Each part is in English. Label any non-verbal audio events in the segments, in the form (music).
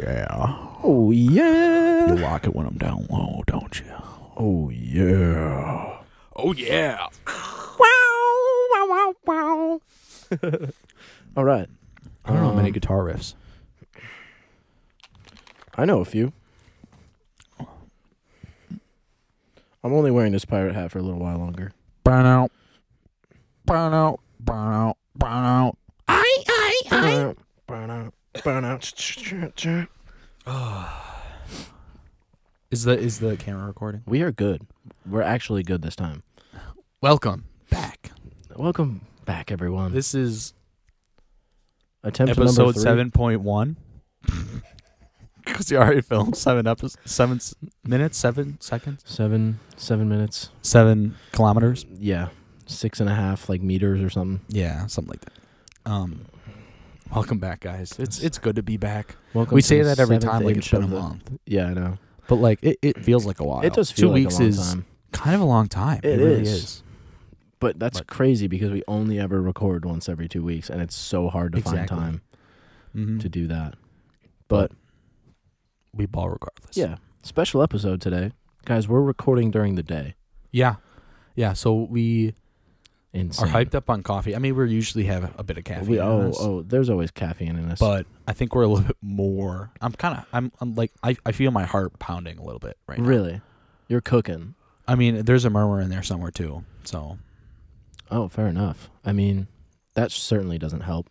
yeah. Oh yeah. You like it when I'm down low, don't you? Oh yeah. Oh yeah. Wow wow wow wow. All right. I don't know how many Um, guitar riffs. I know a few. I'm only wearing this pirate hat for a little while longer. Burn out. Burn out. Burn out. Burn out. I I Burn out, burn out. (sighs) Is the is the camera recording? We are good. We're actually good this time. Welcome back. Welcome back, everyone. This is Attempt number episode three. seven point one. (laughs) Because you already filmed seven episodes, seven s- minutes, seven seconds, Seven, seven minutes. seven kilometers. Yeah, six and a half like meters or something. Yeah, something like that. Um, welcome back, guys. It's it's good to be back. Welcome. We to say the that every seventh time, like it's inch been a of the- month, Yeah, I know. but like it, it feels like a while. It does feel two like weeks a long is time, kind of a long time. It really is. is. but that's but- crazy because we only ever record once every two weeks, and it's so hard to find Exactly. time Mhm. to do that. But We ball regardless. yeah, special episode today, guys. We're recording during the day. yeah, yeah. So we Insane. are hyped up on coffee. I mean, we usually have a bit of caffeine. We, in oh, us. oh, there's always caffeine in us. but I think we're a little (laughs) bit more. I'm kind of. I'm, I'm like. I, I feel my heart pounding a little bit right now. really, you're cooking. I mean, there's a murmur in there somewhere too. So Oh, fair enough. I mean, that certainly doesn't help.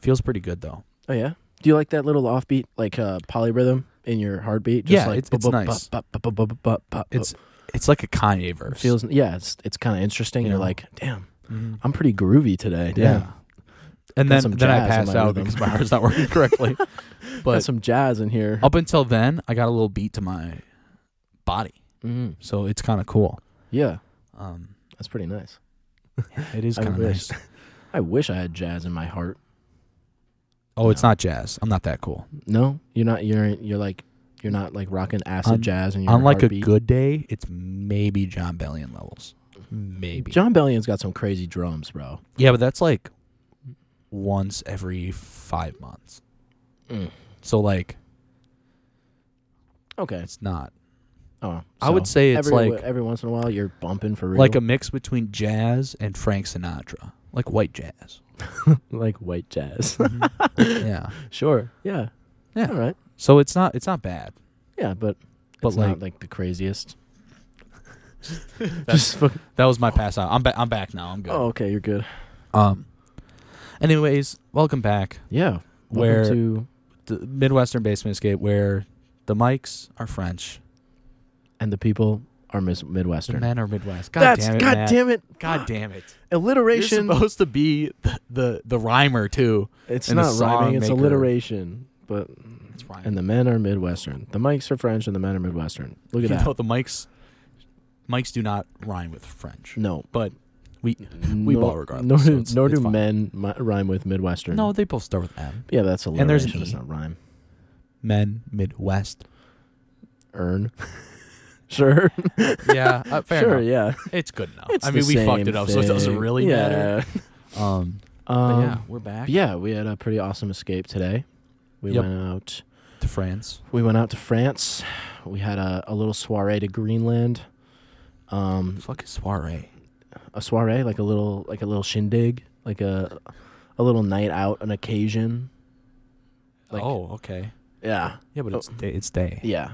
feels pretty good though. Oh yeah. Do you like that little offbeat, like uh, polyrhythm in your heartbeat? Yeah, like, it's- it's bu- bu- nice. bu- bu- bu- bu- bu- bu- It's it's like a Kanye verse. feels yeah. It's it's kind of interesting. You You're know? like, damn, Mhm. I'm pretty groovy today. yeah. Damn. And Got then some then I jazz in passed my out rhythm. because my heart's not (laughs) working correctly. got but Oh. some jazz in here. up until then, I got a little beat to my body, Mhm. so it's kind of cool. Yeah, Um, that's pretty nice. it is I kind of wish. nice. I wish I had jazz in my heart. Oh, it's not jazz. I'm not that cool. No, you're not. You're you're like you're not like rocking acid Un- jazz in your On like a heartbeat. good day, it's maybe John Bellion levels. Maybe. John Bellion's got some crazy drums, bro. Yeah, but that's like once every five months. Mm. So like Okay. it's not Oh, I would so say it's every, like- every once in a while you're bumping for real, like a mix between jazz and Frank Sinatra, like white (laughs) jazz. like white jazz. yeah, (laughs) sure. Yeah. yeah. All right. So it's not it's not bad. Yeah, but But, it's like- not like the craziest. Just (laughs) fuck- That was my pass out. I'm back. I'm back now. I'm good. oh, okay, you're good. Um. Anyways, welcome back. Yeah, Where- welcome to The Midwestern Basement Escape, where the mics are French, and the people are mis- the Midwestern. men are Midwest. God That's damn it, god Matt. (laughs) damn it, God damn it. You're alliteration. supposed to be the the, the rhymer too. It's and the not rhyming, it's songmaker. alliteration. But It's rhyming. and the men are Midwestern. The mics are French, and the men are Midwestern. Look at you that. know the mics mics do not rhyme with french No, but we we ball regardless, so Nor, it's- nor it's do fine. men mi- rhyme with Midwestern. no they both start with m yeah, that's alliteration. And there's an it's E. not rhyme. men midwest Earn. (laughs) sure. (laughs) yeah uh, fair sure. enough. Yeah. (laughs) it's good enough It's i mean the we fucked same it up so it doesn't thing. really yeah. matter (laughs) um but Um, yeah we're back but yeah, we had a pretty awesome escape today. We Yep. went out. to france We went out to France. We had a, a little soiree to Greenland. Um, fuck is soiree a soiree like a little like a little shindig, like a a little night out, an occasion. Like, oh okay yeah, yeah but Oh. it's day it's day yeah,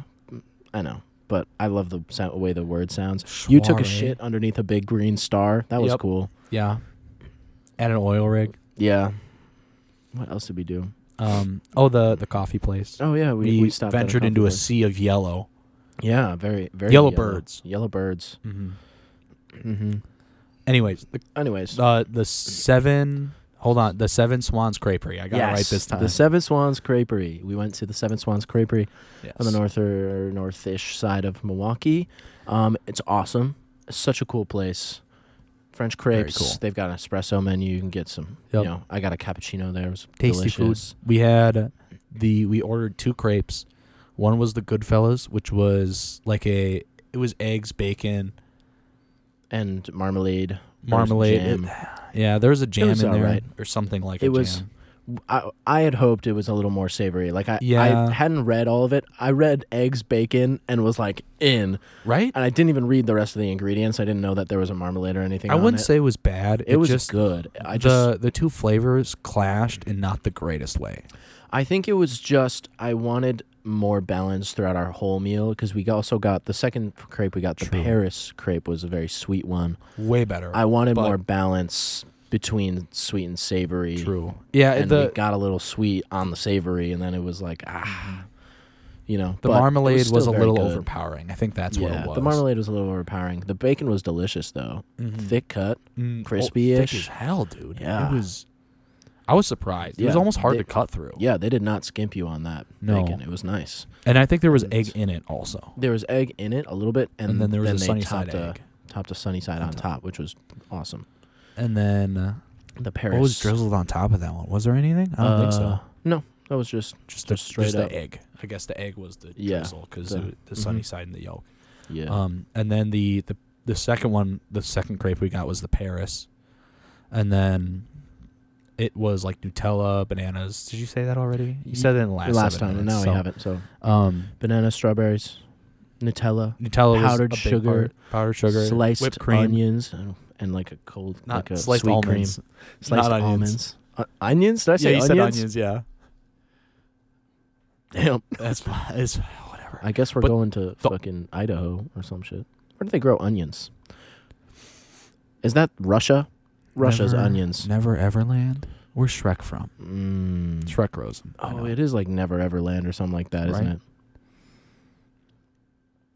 I know. But I love the sound, way the word sounds. You took a Soiree. shit underneath a big green star. That was Yep. cool. yeah at an oil rig Yeah. What else did we do? um oh the the coffee place Oh yeah, we, we, stopped. at a ventured coffee into a place. sea of yellow Yeah, very very Yellow birds. Yellow birds. mm-hmm. Mm-hmm. anyways the Anyways, Uh, the seven. Hold on, the seven swans creperie. I got it right this time. The Seven Swans Creperie. We went to the Seven Swans Creperie Yes. on the north or northish side of Milwaukee. Um, it's awesome. It's such a cool place. French Very crepes. cool. They've got an espresso menu. You can get some. Yep. You know, I got a cappuccino there. It was Tasty delicious. food. We had the we ordered two crepes. One was the Goodfellas, which was like a it was eggs, bacon, and marmalade. There was marmalade. jam. It- yeah, there was a jam was in there alright. or something like It a was- jam. I I had hoped it was a little more savory. Like I Yeah. I hadn't read all of it. I read eggs, bacon, and was like in, right? and I didn't even read the rest of the ingredients. I didn't know that there was a marmalade or anything. I on wouldn't it. say it was bad. it, was just good. I just the the two flavors clashed in not the greatest way. I think it was just I wanted more balance throughout our whole meal because we also got the second crepe we got the Paris crepe was a very sweet one. Way better. I wanted But- more balance between sweet and savory. True. Yeah, and the we got a little sweet on the savory, and then it was like ah, you know. Mm-hmm. the but it marmalade was, still a very little good. overpowering. I think that's what yeah, it was. Mm-hmm. the marmalade was a little overpowering. The bacon was delicious though, thick cut. Mm, oh, crispy-ish. thick as hell, dude. Yeah. It was I was surprised. It was Yeah, almost hard they- to cut through. Yeah, they did not skimp you on that No. bacon. It was nice. And I think there was egg in it also. There was egg in it a little bit, and, And then there was a they sunny side topped a, egg. Topped a sunny side on top, which was awesome. And then uh, The Paris. what was drizzled on top of that one? Was there anything? I don't think so. uh, No, that was just Just, just the, straight just up. the egg. I guess the egg was the Yeah, drizzle because the- Mm-hmm. the, the sunny side and the yolk. yeah. Um, and then the, the the second one, the second crepe we got was the Paris, and then it was like Nutella, bananas. Did you say that already? You Ye- said it in the last last seven time, and minutes, now so, we haven't. So Um, banana, strawberries, Nutella, Nutella was Powdered a big sugar, part. powdered sugar, sliced whipped cream, onions, and, and like a cold, not like a sliced sweet almonds. cream, sliced not onions. almonds, Uh, onions. Did I Yeah, say you onions? said onions. Yeah, (laughs) Damn. that's fine. It's whatever. I guess we're But going to fucking Idaho or some shit. Where do they grow onions? Is that Russia? Russia's Never- (laughs) onions. Never Everland. Where's Shrek from? Mm. Shrek grows them. I know. Oh, it is like Never Ever Land or something like that, not Right. it?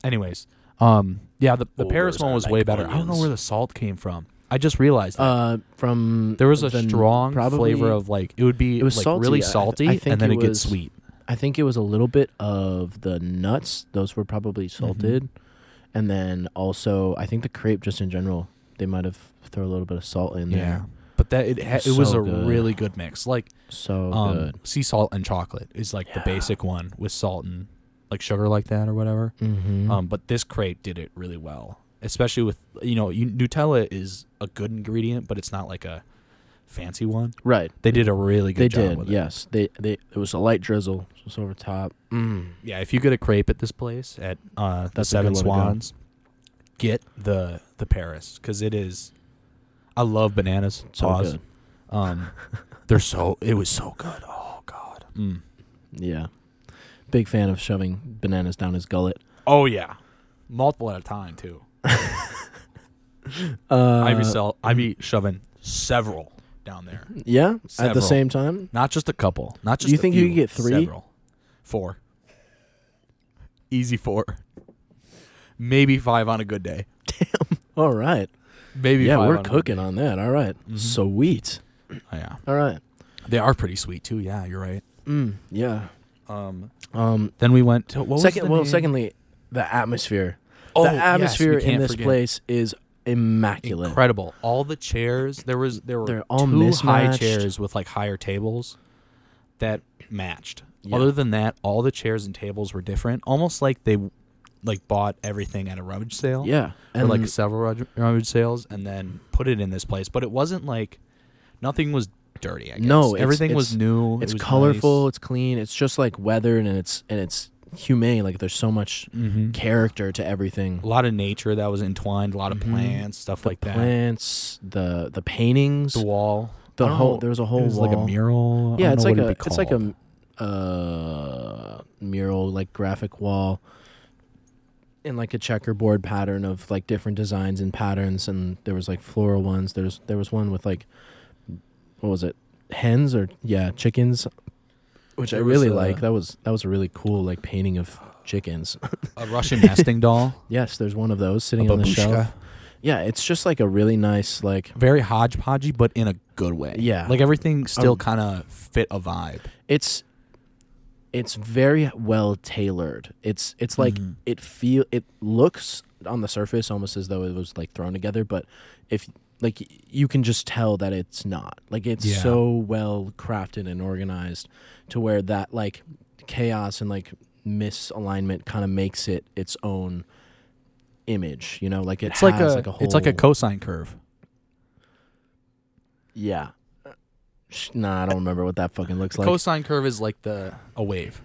Anyways, um, yeah, the, the Oh, Paris those one are was like way better. I don't know onions. where the salt came from. I just realized that. Uh, from there was a the- strong probably- flavor of like it would be It was like salty. really I- I salty, think and then it it, gets was- sweet. I think it was a little bit of the nuts; those were probably Mm-hmm. salted, and then also I think the crepe just in general they might have thrown a little bit of salt in Yeah, there. but that it ha- it was So a good. really good mix. Like So um, good. sea salt and chocolate is like the Yeah. basic one with salt and like sugar like that or whatever. Mm-hmm. Um, but this crepe did it really well, especially with you know you, Nutella is a good ingredient, but it's not like a fancy one. right, They did a really good they job did. with it. Yes, they they it was a light drizzle just over top. Mm. Yeah, if you get a crepe at this place at uh, the That's a Seven good one to go. Swans, get the the Paris because it is. I love bananas. So Pause. good. Um, they're so. It was so good. Oh God. Mm. Yeah, big fan of shoving bananas down his gullet. Oh yeah, multiple at a time too. Uh, I be sell. I be shoving several down there, yeah, at the Several. same time. not just a couple. Not just. Mm-hmm. You a think you few, could get three? Several. Four. Easy four. Maybe five on a good day. All right. Maybe Yeah, five Mm-hmm. we're on a good cooking on that. All right. Sweet. day. Oh, yeah. All right. They are pretty sweet too. Yeah, you're right. Mm, yeah. Um, Um. then we went to what second. was the Well, name? secondly, the atmosphere. Oh, the yes, we atmosphere in can't this forget. place is immaculate. incredible. All the chairs there was there were They're all two high mismatched. chairs with like higher tables that matched. Yeah. Other than that, all the chairs and tables were different, almost like they like bought everything at a rummage sale. Yeah. or like several rug- rummage sales, and then put it in this place. But it wasn't like nothing was dirty. I guess. No, it's- everything was it's- new. it's colorful. It's clean. It's just like weathered, and it's and it's humane. Like there's so much Mm-hmm. character to everything. A lot of nature that was entwined. A lot of Mhm. plants, stuff like that. Plants, the the paintings, the the, wall. Oh. I don't whole. know. There was a whole it was wall. like a mural. I Yeah, don't it's know like what a it'd be it's like called. a uh, mural, like graphic wall, in like a checkerboard pattern of like different designs and patterns. And there was like floral ones. There's there was one with like what was it, hens or yeah chickens, which I There was really a- uh, like. That was that was a really cool like painting of (laughs) chickens. a, Russian nesting doll. yes, there's one of those a sitting on the babushka. shelf. Yeah, it's just like a really nice like Very hodgepodgey, but in a good way. Yeah. like everything still Um, kind of fit a vibe. it's it's very well tailored. It's it's like Mhm. it feel it looks on the surface almost as though it was like thrown together, but if like y- you can just tell that it's not. Like it's Yeah. so well crafted and organized to where that like chaos and like misalignment kind of makes it its own image, you know, like it It's has like a, like a whole it's like a cosine curve. yeah. Sh- Nah, I don't remember what that fucking looks The like. cosine curve is like the a wave.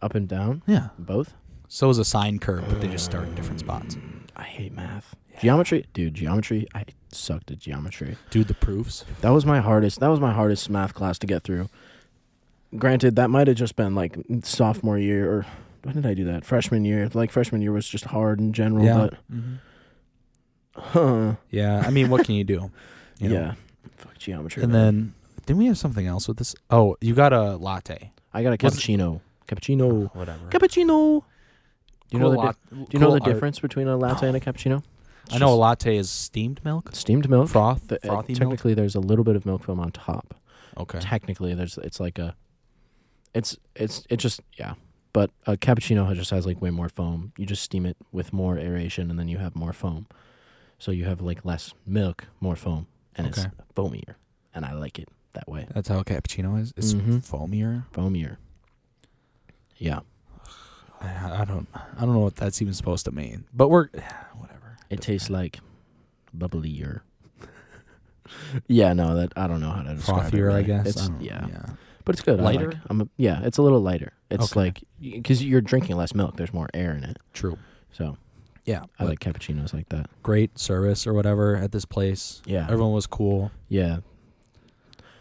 Up and down, Yeah. both. So is a sine curve, but they just start in different spots. I hate math. Geometry, dude. Geometry. I sucked at geometry. Dude, the proofs. That was my hardest. That was my hardest math class to get through. Granted, that might have just been like sophomore year or when did I do that? Freshman year. Like freshman year was just hard in general. Yeah. Mm-hmm. But huh, Yeah. I mean, what can you do? (laughs) You know? yeah. Fuck geometry. And man. then didn't we have something else with this? Oh, you got a latte. I got a was- cappuccino. Cappuccino. Whatever. Cappuccino. Do you know the di- do Do you know the difference between a latte and a cappuccino? I know a latte is steamed milk, Steamed milk. froth, The- uh, frothy milk. technically, there's a little bit of milk foam on top. Okay. Technically, there's it's like a, it's it's it just yeah. But a cappuccino has- just has like way more foam. You just steam it with more aeration, and then you have more foam. So you have like less milk, more foam, and it's Okay. foamier. And I like it that way. That's how cappuccino is. It's Mhm. foamier. Foamier. Yeah, I, I don't. I don't know what that's even supposed to mean. But we're whatever. it tastes like bubblier. (laughs) yeah, no, that I don't know how to describe it. frothier, I really. guess. It's, I don't- yeah. but it's good. I Lighter? like- I'm a, yeah, it's a little lighter. It's Okay. like because you're drinking less milk. There's more air in it, True. so Yeah. I but like cappuccinos like that. great service or whatever at this place. Yeah, Everyone was cool. yeah,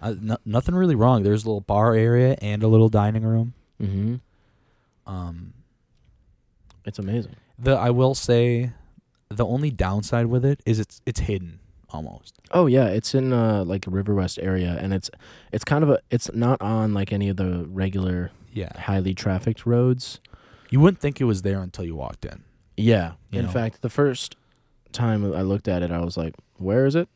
I, no, nothing really wrong. There's a little bar area and a little dining room. mm-hmm. Um, It's amazing. the I will say, the only downside with it is it's it's hidden almost. Oh yeah, it's in uh, like River West area, and it's it's kind of a it's not on like any of the regular Yeah. highly trafficked roads. You wouldn't think it was there until you walked in. Yeah, You in know. fact, the first time I looked at it, I was like, "Where is it?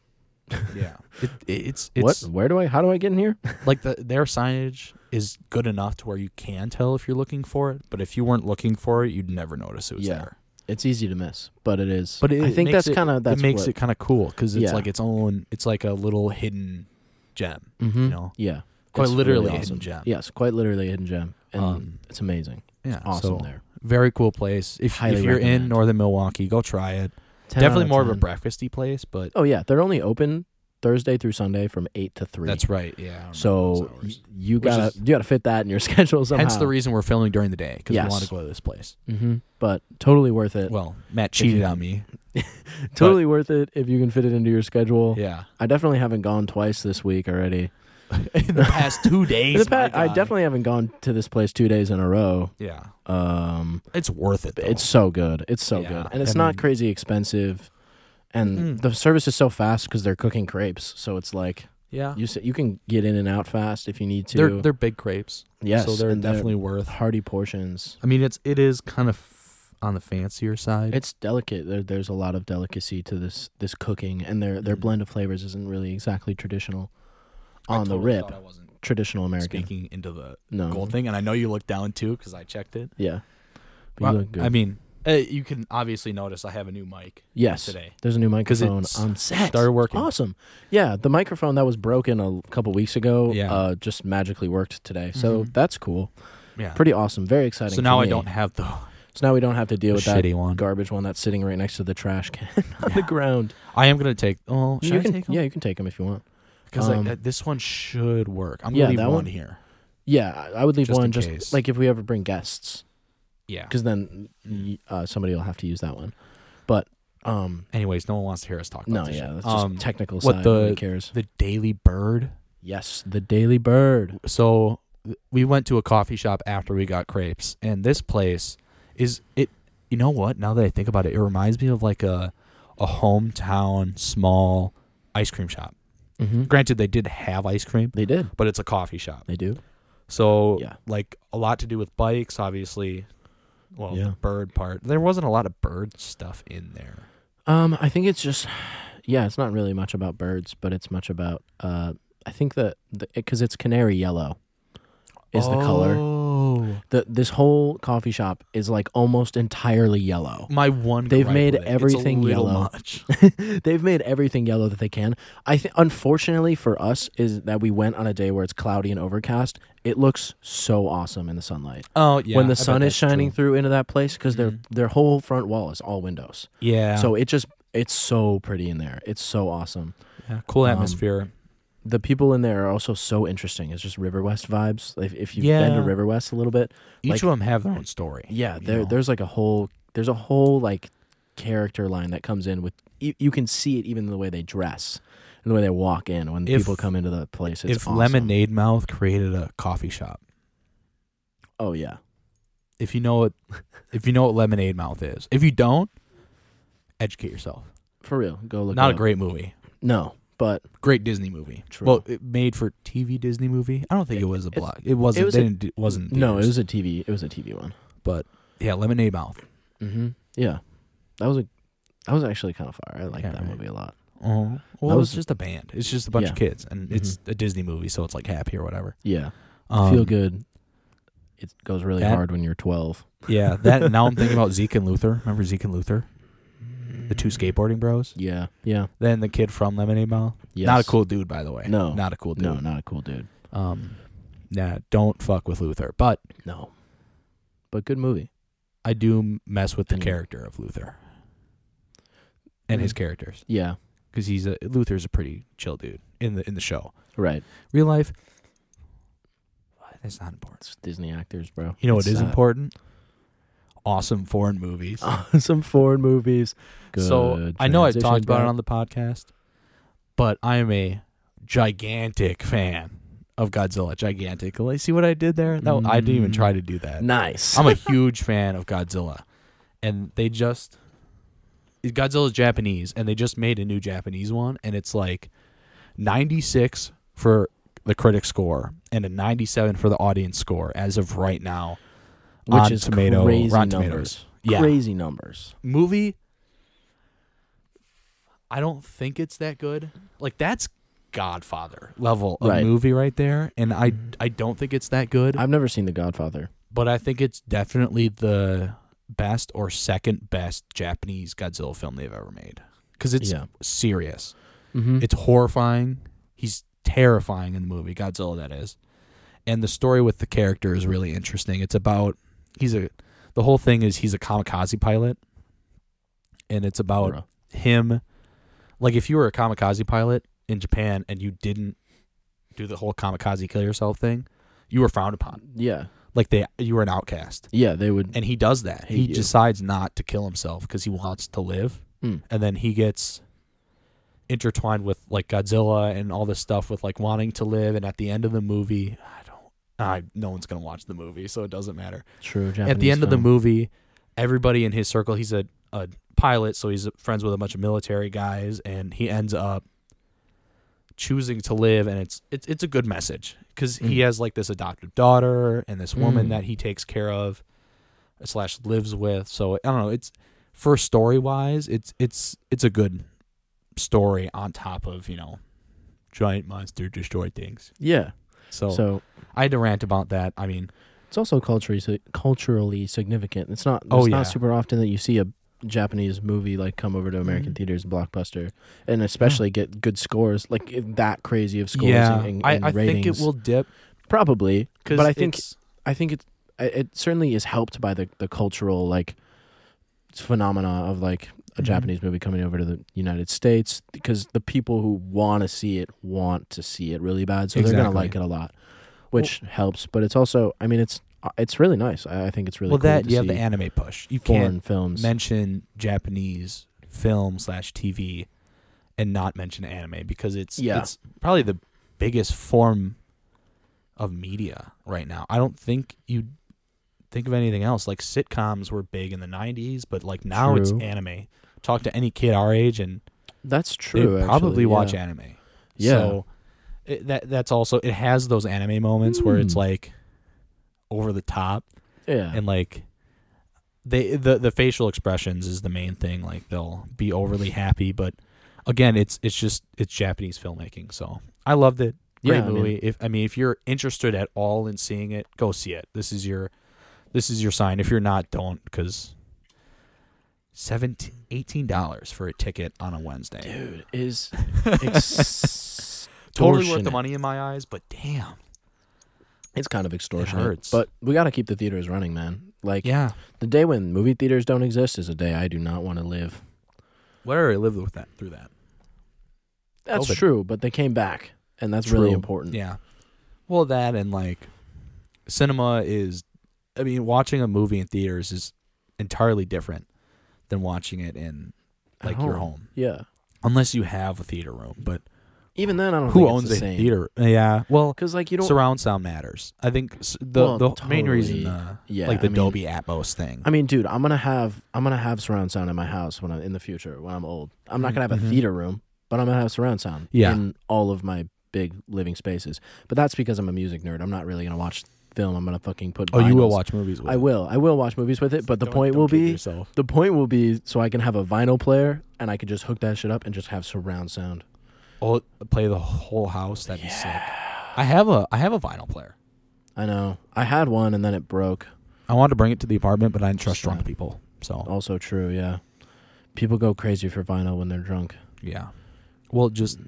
Yeah. It, it, it's it's what? Where do I? How do I get in (laughs) here?" like the their signage is good enough to where you can tell if you're looking for it, but if you weren't looking for it, you'd never notice it was Yeah. there. It's easy to miss, but it is. But it, I think makes that's it- kind of that's it makes what, it kind of cool because it's Yeah. like its own. It's like a little hidden gem. mm-hmm. You know, Yeah. Quite It's literally really a hidden awesome. gem. Yes, quite literally a hidden gem. And Um, it's amazing. yeah. Awesome so, there. Very cool place. If, Highly if you're in recommend. northern Milwaukee, go try it. 10 out Definitely more of a 10. breakfasty place, but Oh yeah, they're only open Thursday through Sunday from 8 to 3. that's right. Yeah. so y- hours. you Which got is- to you got to fit that in your (laughs) schedule somehow. hence the reason we're filming during the day because Yes. we want to go to this place. hmm But totally worth it. Well, Matt cheated you- on me. totally worth it if you can fit it into your schedule. (laughs) Yeah. I definitely haven't gone twice this week already. in the past two In days. the past, my I guy. definitely haven't gone to this place 2 days in a row. Yeah, Um it's worth it. Though. It's so good. It's so Yeah, good. I And it's mean- Mm. not crazy expensive. And Mm-mm. the service is so fast because they're cooking crepes. So it's like yeah. you s- you can get in and out fast if you need to. They're they're big crepes. yes, so they're and definitely worth. hearty portions. I mean, it's it is kind of f- on the fancier side. It's delicate. There, there's a lot of delicacy to this this cooking, and their their Mm. blend of flavors isn't really exactly traditional. I On the totally rib, thought I wasn't traditional American. Um, speaking into the no. gold thing, and I know you looked down too because I checked it. Yeah. But Well, you look good. I mean, uh, you can obviously notice I have a new mic yes. today. There's a new microphone it's on set. started working. Awesome. Yeah, the microphone that was broken a couple weeks ago Yeah. uh, just magically worked today. So Mhm. that's cool. Yeah, Pretty awesome. Very exciting. so now for I me. don't have the, So now we don't have to deal the with that shitty one. garbage one that's sitting right next to the trash can (laughs) on the ground. I am gonna take. Oh, should you I can, take yeah, you can take them if you want. because um, this one should work. I'm gonna yeah, leave that one, one- here. Yeah, I- I would leave Just in one just case. like if we ever bring guests, Yeah. because then y- uh, somebody will have to use that one. But um, Anyways, no one wants to hear us talk about no, this. yeah, shit. that's just Um, technical what side. Nobody the- cares? the Daily Bird. Yes, the Daily Bird. so th- we went to a coffee shop after we got crepes and this place is it you know what now that i think about it it reminds me of like a a hometown small ice cream shop Mm-hmm. granted they did have ice cream They did. but it's a coffee shop They do. so Yeah. like a lot to do with bikes obviously well the Yeah. bird part there wasn't a lot of bird stuff in there Um, I think it's just, (sighs) yeah, it's not really much about birds, but it's much about, uh, I think that because it's canary yellow, is the color. Oh. The this whole coffee shop is like almost entirely yellow. my one They've gripe made with it, everything it's a little yellow. (laughs) much They've made everything yellow that they can. I think, unfortunately for us, is that we went on a day where it's cloudy and overcast. It looks so awesome in the sunlight oh yeah when I the bet sun is that's true. Mm-hmm. shining through into that place because their their whole front wall is all windows. yeah So it just it's so pretty in there. It's so awesome. Yeah, cool Um, atmosphere. the people in there are also so interesting. It's just River West vibes. Like, if you've been to Yeah. River West a little bit, Each Like- of them have their own story. yeah, you there know? there's like a whole there's a whole like character line that comes in with you, you can see it even in the way they dress and the way they walk in when If- people come into the place. It's if awesome. Lemonade Mouth created a coffee shop, oh yeah, if you know what, if you know what Lemonade Mouth is, if you don't, educate yourself. for real, go look. Not it a up. great movie. no, but Great Disney movie. True. Well, it made for TV Disney movie. I don't think it, It- was a it's- block. It wasn't. It was they a- didn't, do- it wasn't. no, it theaters. was a TV. It was a TV one. But yeah, Lemonade Mouth. hmm Yeah, that was a that was actually kind of fire. I like Yeah, that right. movie a lot. Oh, Uh-huh. That well, was- it's just a band. It's just a bunch of kids, and it's a Disney movie, so it's like happy or whatever. Yeah, Um, feel good. It goes really that- hard when you're 12. (laughs) Yeah, that. now I'm thinking (laughs) about Zeke and Luther. Remember Zeke and Luther, the two Mm-hmm. skateboarding bros. Yeah, yeah. Then the kid from Lemonade Mouth. Yes. Not a cool dude, by the way. No. not a cool dude. No, not a cool dude. Um, nah, don't fuck with Luther. But No, but good movie. I do m- mess with the Mm. character of Luther and his Mm. characters Yeah, because he's a Luther's a pretty chill dude in the in the show. right. Real life, that's not important. It's Disney actors, bro. You know what It's uh, is sad. important? Awesome foreign movies. (laughs) Some foreign movies. Ah, Good so I know I've transition, talked about it bro. on the podcast, but I am a gigantic fan of Godzilla. Gigantic. See what I did there? That, I didn't even Mm. try to do that. (laughs) Nice. I'm a huge fan of Godzilla, and they just Godzilla's Japanese, and they just made a new Japanese one, and it's like 96 for the critic score and a 97 for the audience score as of right now. Which on is tomato, crazy Rotten numbers. Tomatoes. Yeah, Crazy numbers. movie. I don't think it's that good. Like that's Godfather level of Right. movie right there, and I I don't think it's that good I've never seen The Godfather. but I think it's definitely the best or second best Japanese Godzilla film they've ever made because it's yeah. serious. Mm-hmm. It's horrifying. He's terrifying in the movie Godzilla, that is, and the story with the character is really interesting. It's about he's a the whole thing is he's a kamikaze pilot, and it's about him like if you were a kamikaze pilot in Japan and you didn't do the whole kamikaze kill yourself thing, you were frowned upon. Yeah. Like they you were an outcast Yeah. They would. and he does that. Hate he you. decides not to kill himself because he wants to live, Hmm. and then he gets intertwined with like Godzilla and all this stuff with like wanting to live. And at the end of the movie, I don't, I no one's gonna watch the movie, so it doesn't matter. True. Japanese at the end of the film. movie, everybody in his circle, he's a a pilot, so he's friends with a bunch of military guys, and he ends up choosing to live and it's it's it's a good message because he Mm. has like this adoptive daughter and this woman Mm. that he takes care of slash lives with so i don't know it's for story wise it's it's it's a good story on top of you know giant monster destroy things Yeah. so, So i had to rant about that i mean it's also culturally si- culturally significant. It's not. It's Oh, yeah. not super often that you see a Japanese movie like come over to American Mhm. theaters, blockbuster, and especially get good scores like i- that crazy of scores. yeah and, and, i, and I ratings. think it will dip probably. because But I think- it's, I think it. I- It certainly is helped by the the cultural like phenomena of like a Mhm. Japanese movie coming over to the United States because the people who want to see it want to see it really bad, so they're gonna Exactly. like it a lot, which helps. But it's also, I mean, it's it's really nice. I, I think it's really well cool that to you have see the anime push you can't foreign films. mention Japanese film slash TV and not mention anime because it's Yeah. it's probably the biggest form of media right now. I don't think you think of anything else. Like sitcoms were big in the '90s, but like now it's True. anime. Talk to any kid our age, and That's they true. would probably actually, watch yeah. anime. Yeah. So it, that that's also it has those anime moments where it's Mm. like over the top Yeah, and like they the the facial expressions is the main thing like they'll be overly happy but again it's it's just it's japanese filmmaking so i loved it great Yeah, I mean- movie if i mean if you're interested at all in seeing it go see it this is your this is your sign if you're not don't because 17 18 dollars for a ticket on a wednesday dude (laughs) is ex- totally worth the extortionate. money in my eyes but damn It's kind of extortionate, hurts. but we got to keep the theaters running, man. Like yeah the day when movie theaters don't exist is a day I do not want to live. whatever i lived with that through that That's COVID. true, but they came back and that's really True. important. Yeah. Well, that and like cinema is, I mean, watching a movie in theaters is entirely different than watching it in At like your home. home, Yeah. unless you have a theater room. But Even then, I don't. who think owns a it's the same. theater? Yeah. Well, Because like you don't. surround sound matters. I think s- the Well, the main reason, totally. uh, Yeah, like the I mean- Dolby Atmos thing. I mean, dude, I'm gonna have I'm gonna have surround sound in my house when I'm in the future when I'm old. I'm not gonna have a Mhm. theater room, but I'm gonna have surround sound Yeah. in all of my big living spaces. But that's because I'm a music nerd. I'm not really gonna watch film. I'm gonna fucking put. oh, you will vinyls. watch movies. With I it. will. I will watch movies with it. But the Don't- point don't will kid be yourself. the point will be so I can have a vinyl player and I could just hook that shit up and just have surround sound. Oh, play the whole house. That'd be sick. I have a I have a vinyl player. I know. I had one and then it broke. I wanted to bring it to the apartment, but I didn't trust Just drunk not- people. So Also true. Yeah. People go crazy for vinyl when they're drunk. yeah. Well, just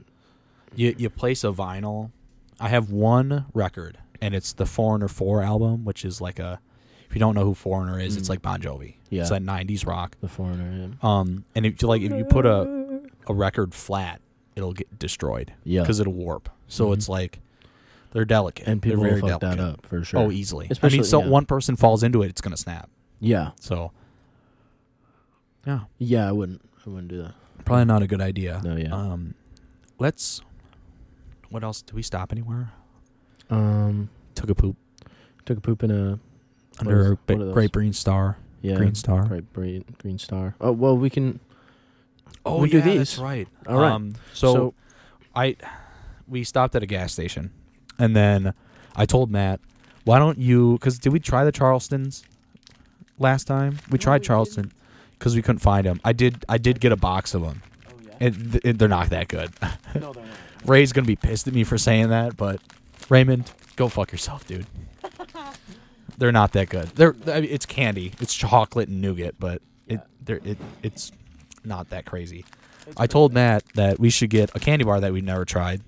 you you place a vinyl. I have one record, and it's the Foreigner Four album, which is like a. If you don't know who Foreigner is, it's like Bon Jovi. Mm. Yeah. It's that '90s rock. The foreigner. Um, and if you like, if you put a a record flat, it'll get destroyed. Yeah. because it'll warp. So Mhm. it's like they're delicate And people they're will very fuck delicate. that up for sure. Oh, easily. I Especially- mean, so yeah. one person falls into it, it's gonna snap. yeah. So yeah, Yeah, I wouldn't. I wouldn't do that. probably not a good idea. No, yeah. Um, let's. What else? Do we stop anywhere? Um, Took a poop took a poop in a under is- a bi- what are those? Great Green Star. yeah Green Star. Great green, green star. Oh well, we can. Oh, We do yeah, these. that's right. All right. Um, so, I, we stopped at a gas station, and then I told Matt, "Why don't you?" Because did we try the Charleston's last time? We tried Charleston because we couldn't find them. I did. I did get a box of them. oh yeah. It, th- it- they're not that good. (laughs) no, they're not. Ray's gonna be pissed at me for saying that, but Raymond, go fuck yourself, dude. they're not that good. They're I mean, it's candy, it's chocolate and nougat, but it they're, it it's not that crazy. I told Matt that we should get a candy bar that we've never tried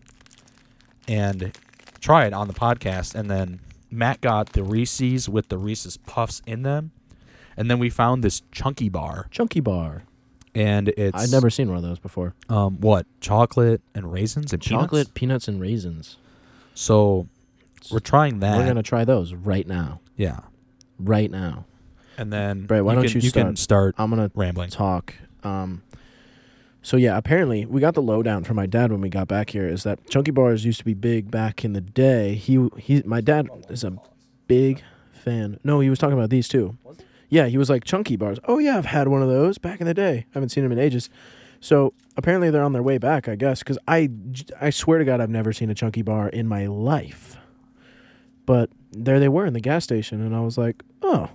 and try it on the podcast, and then Matt got the Reese's with the Reese's puffs in them, and then we found this chunky bar, Chunky bar. and it's I'd never seen one of those before. um what chocolate and raisins and peanuts? Chocolate peanuts and raisins. So we're trying that. We're gonna try those right now. yeah. Right now. And then Brett, why you don't can, you Um, can start I'm gonna rambling. talk. Um, so yeah, apparently we got the lowdown from my dad when we got back here. Is that Chunky Bars used to be big back in the day? He he, my dad is a big fan. No, he was talking about these too. Yeah, he was like Chunky Bars. Oh yeah, I've had one of those back in the day. I haven't seen them in ages. So apparently they're on their way back, I guess. Because I j- I swear to God, I've never seen a Chunky Bar in my life. But there they were in the gas station, and I was like, oh,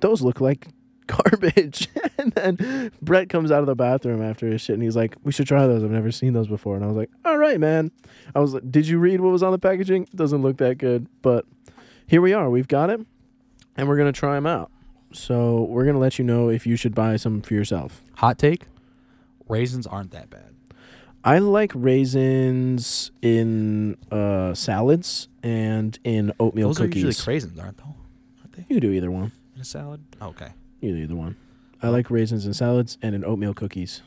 those look like garbage. (laughs) and then Brett comes out of the bathroom after his shit and he's like, We should try those. I've never seen those before. And I was like, All right, man. I was like, Did you read what was on the packaging? Doesn't look that good. But here we are. We've got it and we're going to try them out. So we're going to let you know if you should buy some for yourself. Hot take: raisins aren't that bad. I like raisins in uh, salads and in oatmeal Those cookies. are usually craisins, aren't though? Aren't they you can do either one. in a salad? Okay. Either either one. I like raisins and salads and in oatmeal cookies.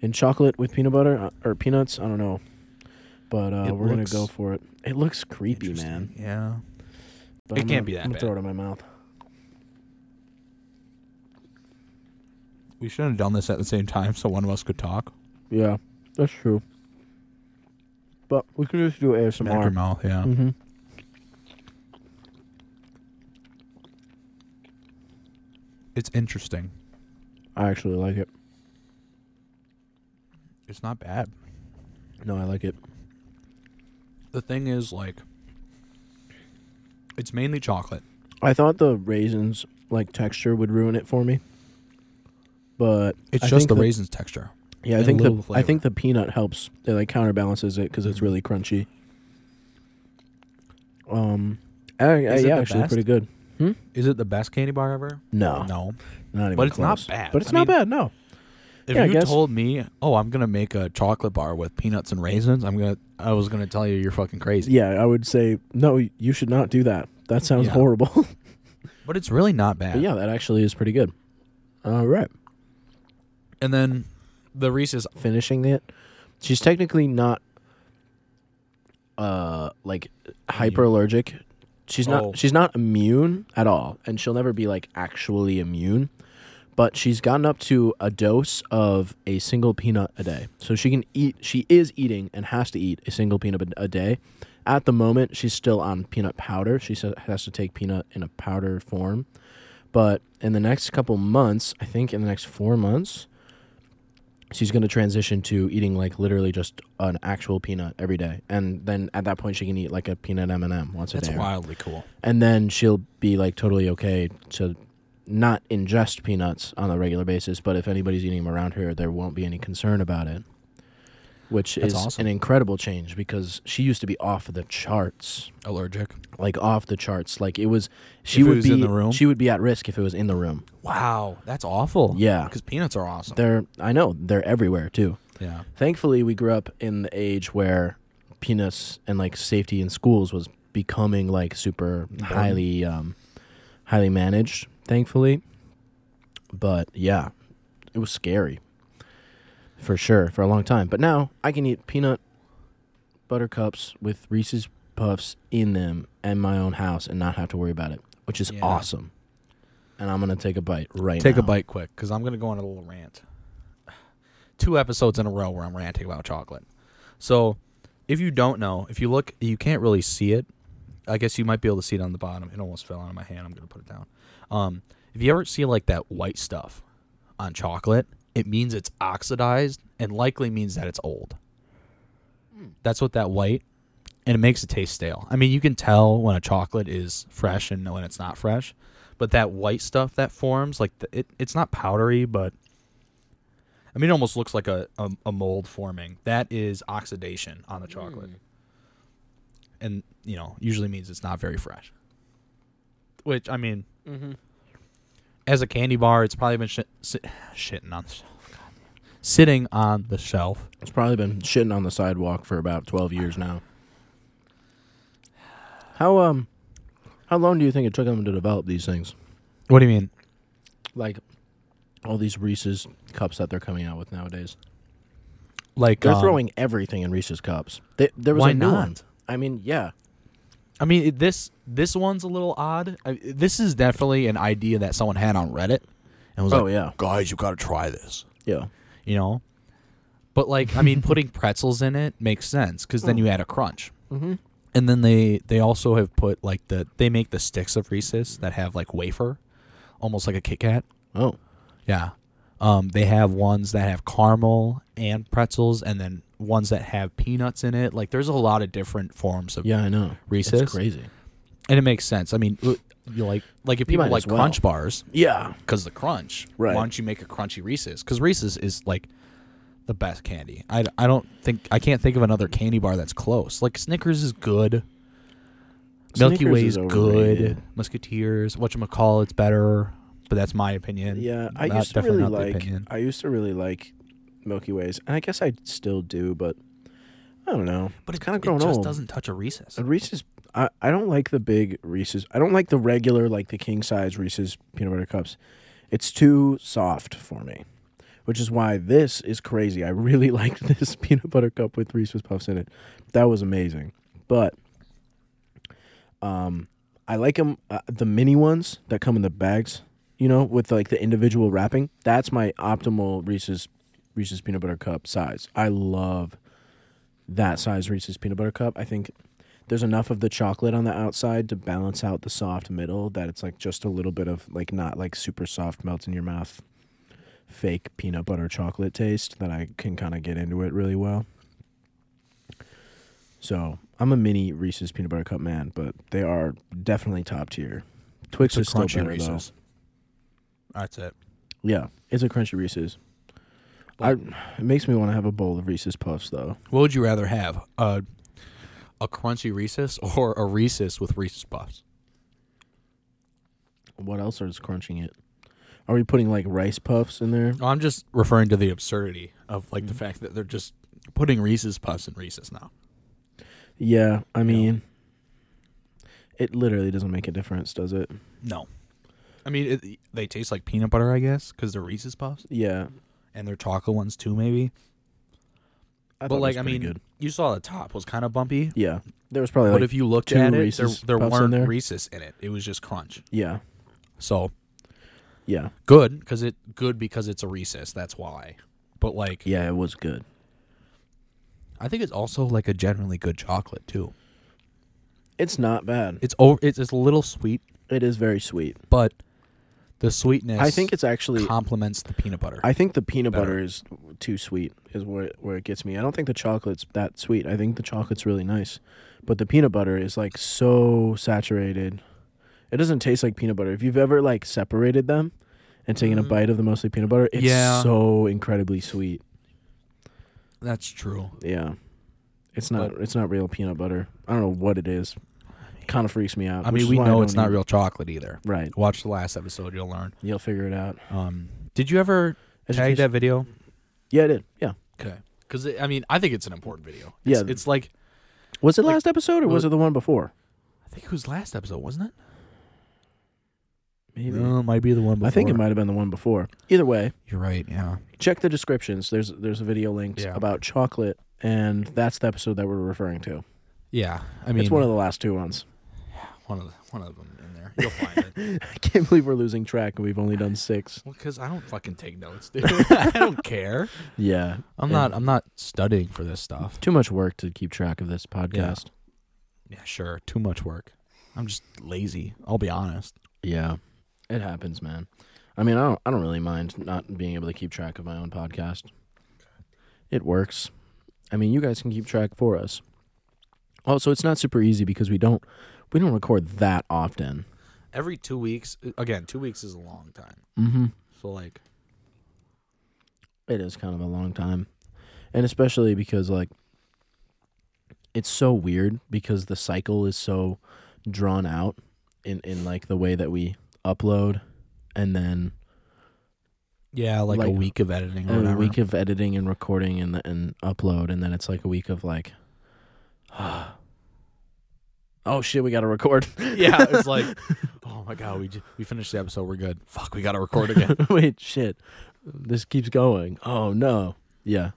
In chocolate with peanut butter uh, or peanuts, I don't know. But uh, It we're looks gonna go for it. It looks creepy, Interesting. man. Yeah. But It can't I'm gonna- be that I'm gonna bad. throw it in my mouth. We shouldn't have done this at the same time, so one of us could talk. Yeah, that's true. But we could just do Smack your ASMR. mouth, yeah. Mm-hmm. It's interesting. I actually like it. It's not bad. No, I like it. The thing is, like, it's mainly chocolate. I thought the raisins like texture would ruin it for me. But It's I just think the that- raisins texture. Yeah, I and think little the I flavor. Mm-hmm. think the peanut helps. It like counterbalances it because it's really crunchy. Um, I, I- Is it yeah, the actually best? pretty good. Is it the best candy bar ever? No, No. not even But it's not close. bad. But it's I not mean- bad. No, If Yeah, I you guess. told me, "Oh, I'm gonna make a chocolate bar with peanuts and raisins," I'm gonna, I was gonna tell you you're fucking crazy. yeah, I would say no. You should not do that. That sounds Yeah. horrible. (laughs) But it's really not bad. but yeah, that actually is pretty good. All right, And then the Reese's, finishing it. She's technically not uh like hyper allergic. She's not Oh. she's not immune at all, and she'll never be like actually immune. But she's gotten up to a dose of a single peanut a day, so she can eat. She is eating and has to eat a single peanut a- a day. At the moment, she's still on peanut powder. She sa- has to take peanut in a powder form. But in the next couple months, I think in the next four months, she's going to transition to eating like literally just an actual peanut every day and then at that point she can eat like a peanut m&m once a That's day wildly cool. and then she'll be like totally okay to not ingest peanuts on a regular basis but if anybody's eating them around her there won't be any concern about it which That's is awesome. an incredible change because she used to be off the charts Allergic. like off the charts like it was she If it would was be in the room? she would be at risk if it was in the room Wow, that's awful. yeah because peanuts are awesome. they're i know they're everywhere too yeah, thankfully we grew up in the age where peanuts and like safety in schools was becoming like super highly um highly managed thankfully but yeah it was scary for sure for a long time but now i can eat peanut butter cups with reese's puffs in them in my own house and not have to worry about it which is Yeah. awesome and i'm gonna take a bite right take now a bite quick because I'm gonna go on a little rant. (sighs) Two episodes in a row where I'm ranting about chocolate. So, if you don't know, if you look, you can't really see it. I guess you might be able to see it on the bottom. It almost fell out of my hand. I'm gonna put it down. Um, if you ever see like that white stuff on chocolate, it means it's oxidized and likely means that it's old. That's what that white, and it makes it taste stale. I mean, you can tell when a chocolate is fresh and when it's not fresh, but that white stuff that forms, like the, it, it's not powdery, but I mean, it almost looks like a, a, a mold forming. That is oxidation on the chocolate, Mm. and you know, usually means it's not very fresh. Which I mean, Mm-hmm. as a candy bar, it's probably been shi- si- shitting on the shelf. God damn. Sitting on the shelf It's probably been shitting on the sidewalk for about twelve years now. How um, how long do you think it took them to develop these things? What do you mean? Like all these Reese's cups that they're coming out with nowadays. Like They're um, throwing everything in Reese's cups. They, there was why a new one. not? I mean, yeah, I mean, it- this this one's a little odd. I, this is definitely an idea that someone had on Reddit and was Oh, like, yeah. guys, you got to try this," yeah. you know. But like, I (laughs) mean, putting pretzels in it makes sense because then you add a crunch. Oh. Mm-hmm. And then they they also have put like the they make the sticks of Reese's that have like wafer, almost like a Kit Kat. Oh, Yeah. Um, they have ones that have caramel and pretzels, and then ones that have peanuts in it. Like, there's a lot of different forms of yeah, I know. Reese's? It's crazy. and it makes sense. I mean, w- you like like if You people might like as well. crunch bars Yeah, because the crunch, Right. Why don't you make a crunchy Reese's? Because Reese's is like the best candy. I, I don't think I can't think of another candy bar that's close. Like Snickers is good, Milky Snickers Way is is good, overrated. Musketeers, whatchamacall, it's better. But that's my opinion. Yeah, I Not- used to definitely really not the like. opinion. I used to really like Milky Ways, and I guess I still do, but I don't know. but it's kind of it grown just old. doesn't touch a Reese's. A Uh, Reese's. I, I don't like the big Reese's. I don't like the regular, like the king size Reese's peanut butter cups. It's too soft for me, which is why this is crazy. I really (laughs) liked this peanut butter cup with Reese's Puffs in it. That was amazing. But um, I like them, uh, the mini ones that come in the bags, you know, with like the individual wrapping. That's my optimal Reese's Reese's peanut butter cup size. I love that size Reese's peanut butter cup. I think there's enough of the chocolate on the outside to balance out the soft middle that it's like just a little bit of like not like super soft melt in your mouth fake peanut butter chocolate taste that I can kind of get into it really well. So, I'm a mini Reese's peanut butter cup man, but they are definitely top tier. Twix It's is a still crunchy better Reese's. That's it. though. Yeah, it's a crunchy Reese's. I, it makes me want to have a bowl of Reese's Puffs though. What would you rather have? Uh, a crunchy Reese's or a Reese's with Reese's Puffs? What else is crunching it? Are we putting like rice puffs in there? No, I'm just referring to the absurdity of like the fact that they're just putting Reese's Puffs in Reese's now. Yeah, I mean, it literally doesn't make a difference, does it? No, I mean it, they taste like peanut butter, I guess, because they're Reese's Puffs Yeah, and they're chocolate ones too, maybe. I thought Uh, but it like was I pretty mean, good. you saw the top was kind of bumpy. yeah, there was probably But like, if you looked two at it, there, Reese's there Puffs in weren't there? Reese's in it. It was just crunch. yeah, So yeah, good because it good because it's a Reese's. That's why. But like, yeah, it was good. I think it's also like a generally good chocolate too. It's not bad. It's over. It's, it's a little sweet, It is very sweet. but the sweetness I think it's actually. complements the peanut butter. I think the peanut better. butter is too sweet. Is where it, where it gets me. I don't think the chocolate's that sweet. I think the chocolate's really nice, but the peanut butter is like so saturated. It doesn't taste like peanut butter. If you've ever like separated them and taken a Mm. bite of the mostly peanut butter, it's Yeah. so incredibly sweet. That's true. Yeah. It's not it's not real peanut butter. I don't know what it is. Kind of freaks me out. I mean, which is we why I know it's don't not eat- real chocolate either. Right. Watch the last episode, you'll learn. You'll figure it out. Um, did you ever tag Education- that video? Yeah, I did. Yeah. Okay, because I mean, I think it's an important video. Yeah. It's, it's like Was it Like- last episode or was it the one before? I think it was last episode, wasn't it? Maybe. it might be the one. I think it might have been the one before. Either way, You're right. Yeah. check the descriptions. There's there's a video linked Yeah. about chocolate and that's the episode that we're referring to. Yeah. I mean, it's one of the last two (laughs) ones. one of the, one of them in there. You'll find (laughs) it. I can't believe we're losing track and we've only done 6. Well, because I don't fucking take notes, (laughs) dude. I don't care. Yeah. I'm Yeah. not. I'm not studying for this stuff. Too much work to keep track of this podcast. Yeah, sure. Too much work. I'm just lazy. I'll be honest. Yeah, it happens, man. I mean, I don't, I don't really mind not being able to keep track of my own podcast. It works. I mean, you guys can keep track for us. Also, it's not super easy because we don't we don't record that often. Every two weeks. Again, two weeks is a long time. Mm-hmm. So like, It is kind of a long time, and especially because like it's so weird because the cycle is so drawn out in in like the way that we upload and then yeah, like, a Like, week of editing or a Oh, whatever. (laughs) week of editing and recording and and upload, and then it's like a week of like, (sighs) oh shit, we got to record. (laughs) yeah, it's like, oh my god, we ju- we finished the episode. We're good. Fuck, we gotta record (laughs) again. Wait, shit, this keeps going. Oh no, yeah,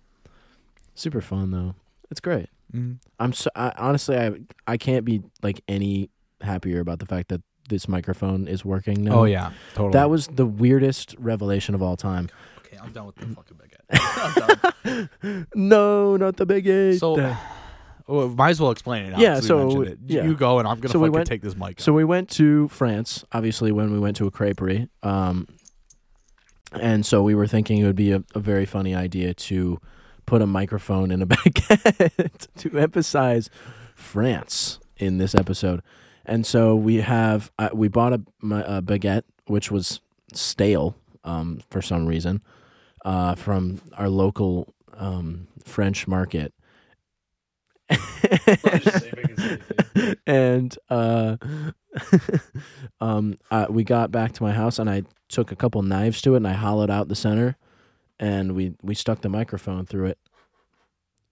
super fun though. It's great. mm. I'm so I, honestly, I I can't be like any happier about the fact that this microphone is working now. Oh yeah, totally. That was the weirdest revelation of all time. (gasps) okay. I'm done with the fucking baguette. (laughs) (laughs) I'm No, not the big eight. done. So. uh, Well, might as well explain it. Now, Yeah, 'cause we so, mentioned it. You- yeah. you go and I'm gonna So we fucking went- take this mic. So we went to France, obviously, when we went to a creperie. Um, and so we were thinking it would be a, a very funny idea to put a microphone in a (laughs) baguette to emphasize France in this episode. And so we have, uh, we bought a, my- a baguette, which was stale um, for some reason, uh, from our local um, French market. (laughs) and uh, (laughs) um, uh, we got back to my house, and I took a couple knives to it, and I hollowed out the center, and we we stuck the microphone through it.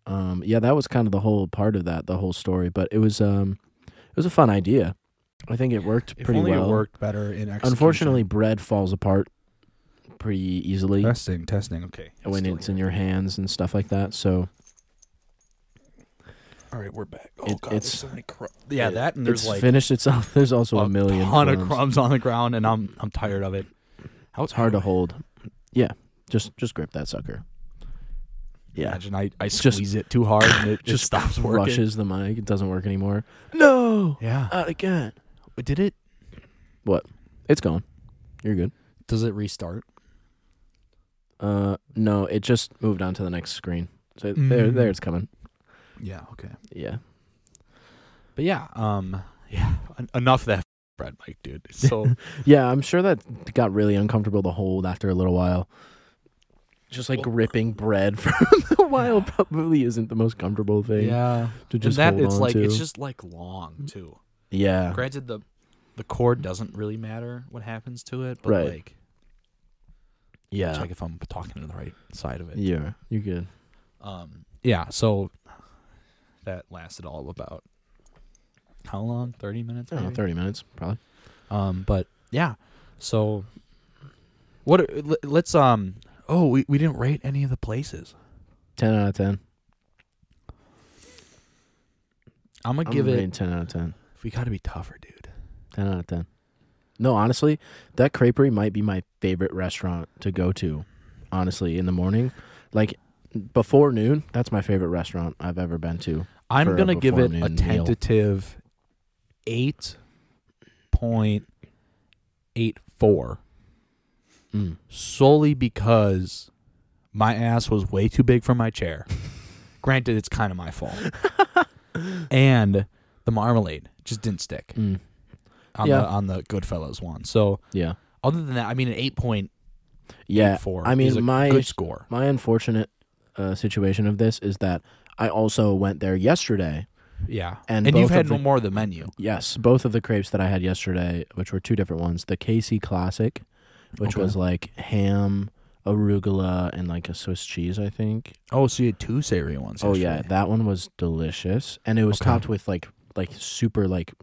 Um, yeah, that was kind of the whole part of that, the whole story. But it was um, it was a fun idea. I think it worked If pretty only well. it worked better in execution. Unfortunately, bread falls apart pretty easily testing, testing. Okay, when Still it's here. in your hands and stuff like that. So All right, we're back. Oh It- god, there's it's- so many crumbs. Yeah, it- that and there's it's like finished itself. (laughs) There's also a, million ton of crumbs. crumbs on the ground, and I'm I'm tired of it. How It's hard to hold. Yeah, just just grip that sucker. Yeah, Imagine I, I Just- squeeze it too hard and it (laughs) just just stops working. rushes the mic. It doesn't work anymore. No, Yeah. not again. Uh, Did it? What? It's gone. You're good. Does it restart? Uh, no, it just moved on to the next screen. So there, Mm. there, it's coming. Yeah. Okay. Yeah, But yeah. Um. Yeah. (laughs) En- enough of that bread mic, dude. It's (laughs) So yeah. I'm sure that got really uncomfortable to hold after a little while. Just like gripping bread (laughs) from the wild probably isn't the most comfortable thing yeah. to just and that hold it's on like to. it's just like long too. yeah. Granted, the the cord doesn't really matter what happens to it, but Right. like Yeah. check if I'm talking to the right side of it. Yeah. You're good. Um, yeah, so that lasted all about how long? Thirty minutes. I don't know, maybe? 30 minutes probably. Um, but yeah, so what? are- l- Let's um. Oh, we, we didn't rate any of the places. 10 out of 10. I'm gonna I'm give rating it. ten out of ten. We gotta be tougher, dude. Ten out of ten. No, honestly, that creperie might be my favorite restaurant to go to. Honestly, in the morning, like before noon, that's my favorite restaurant I've ever been to. For I'm a gonna give it a beforehand meal. tentative eight point eight four Mm. solely because my ass was way too big for my (laughs) chair. Granted, it's kind of my fault, and the marmalade just didn't stick Mm. on Yeah. the on the Goodfellas one. So Yeah, other than that, I mean, an eight point yeah. four. I mean, is a my- good score. My unfortunate uh, situation of this is that I also went there yesterday. Yeah, And you've both of had the- no more of the menu. Yes, both of the crepes that I had yesterday, which were two different ones, the KC Classic, which Okay. was like ham, arugula, and like a Swiss cheese, I think, Oh, so you had two savory ones. Oh yeah, that one was delicious, and it was Okay. topped with like like super like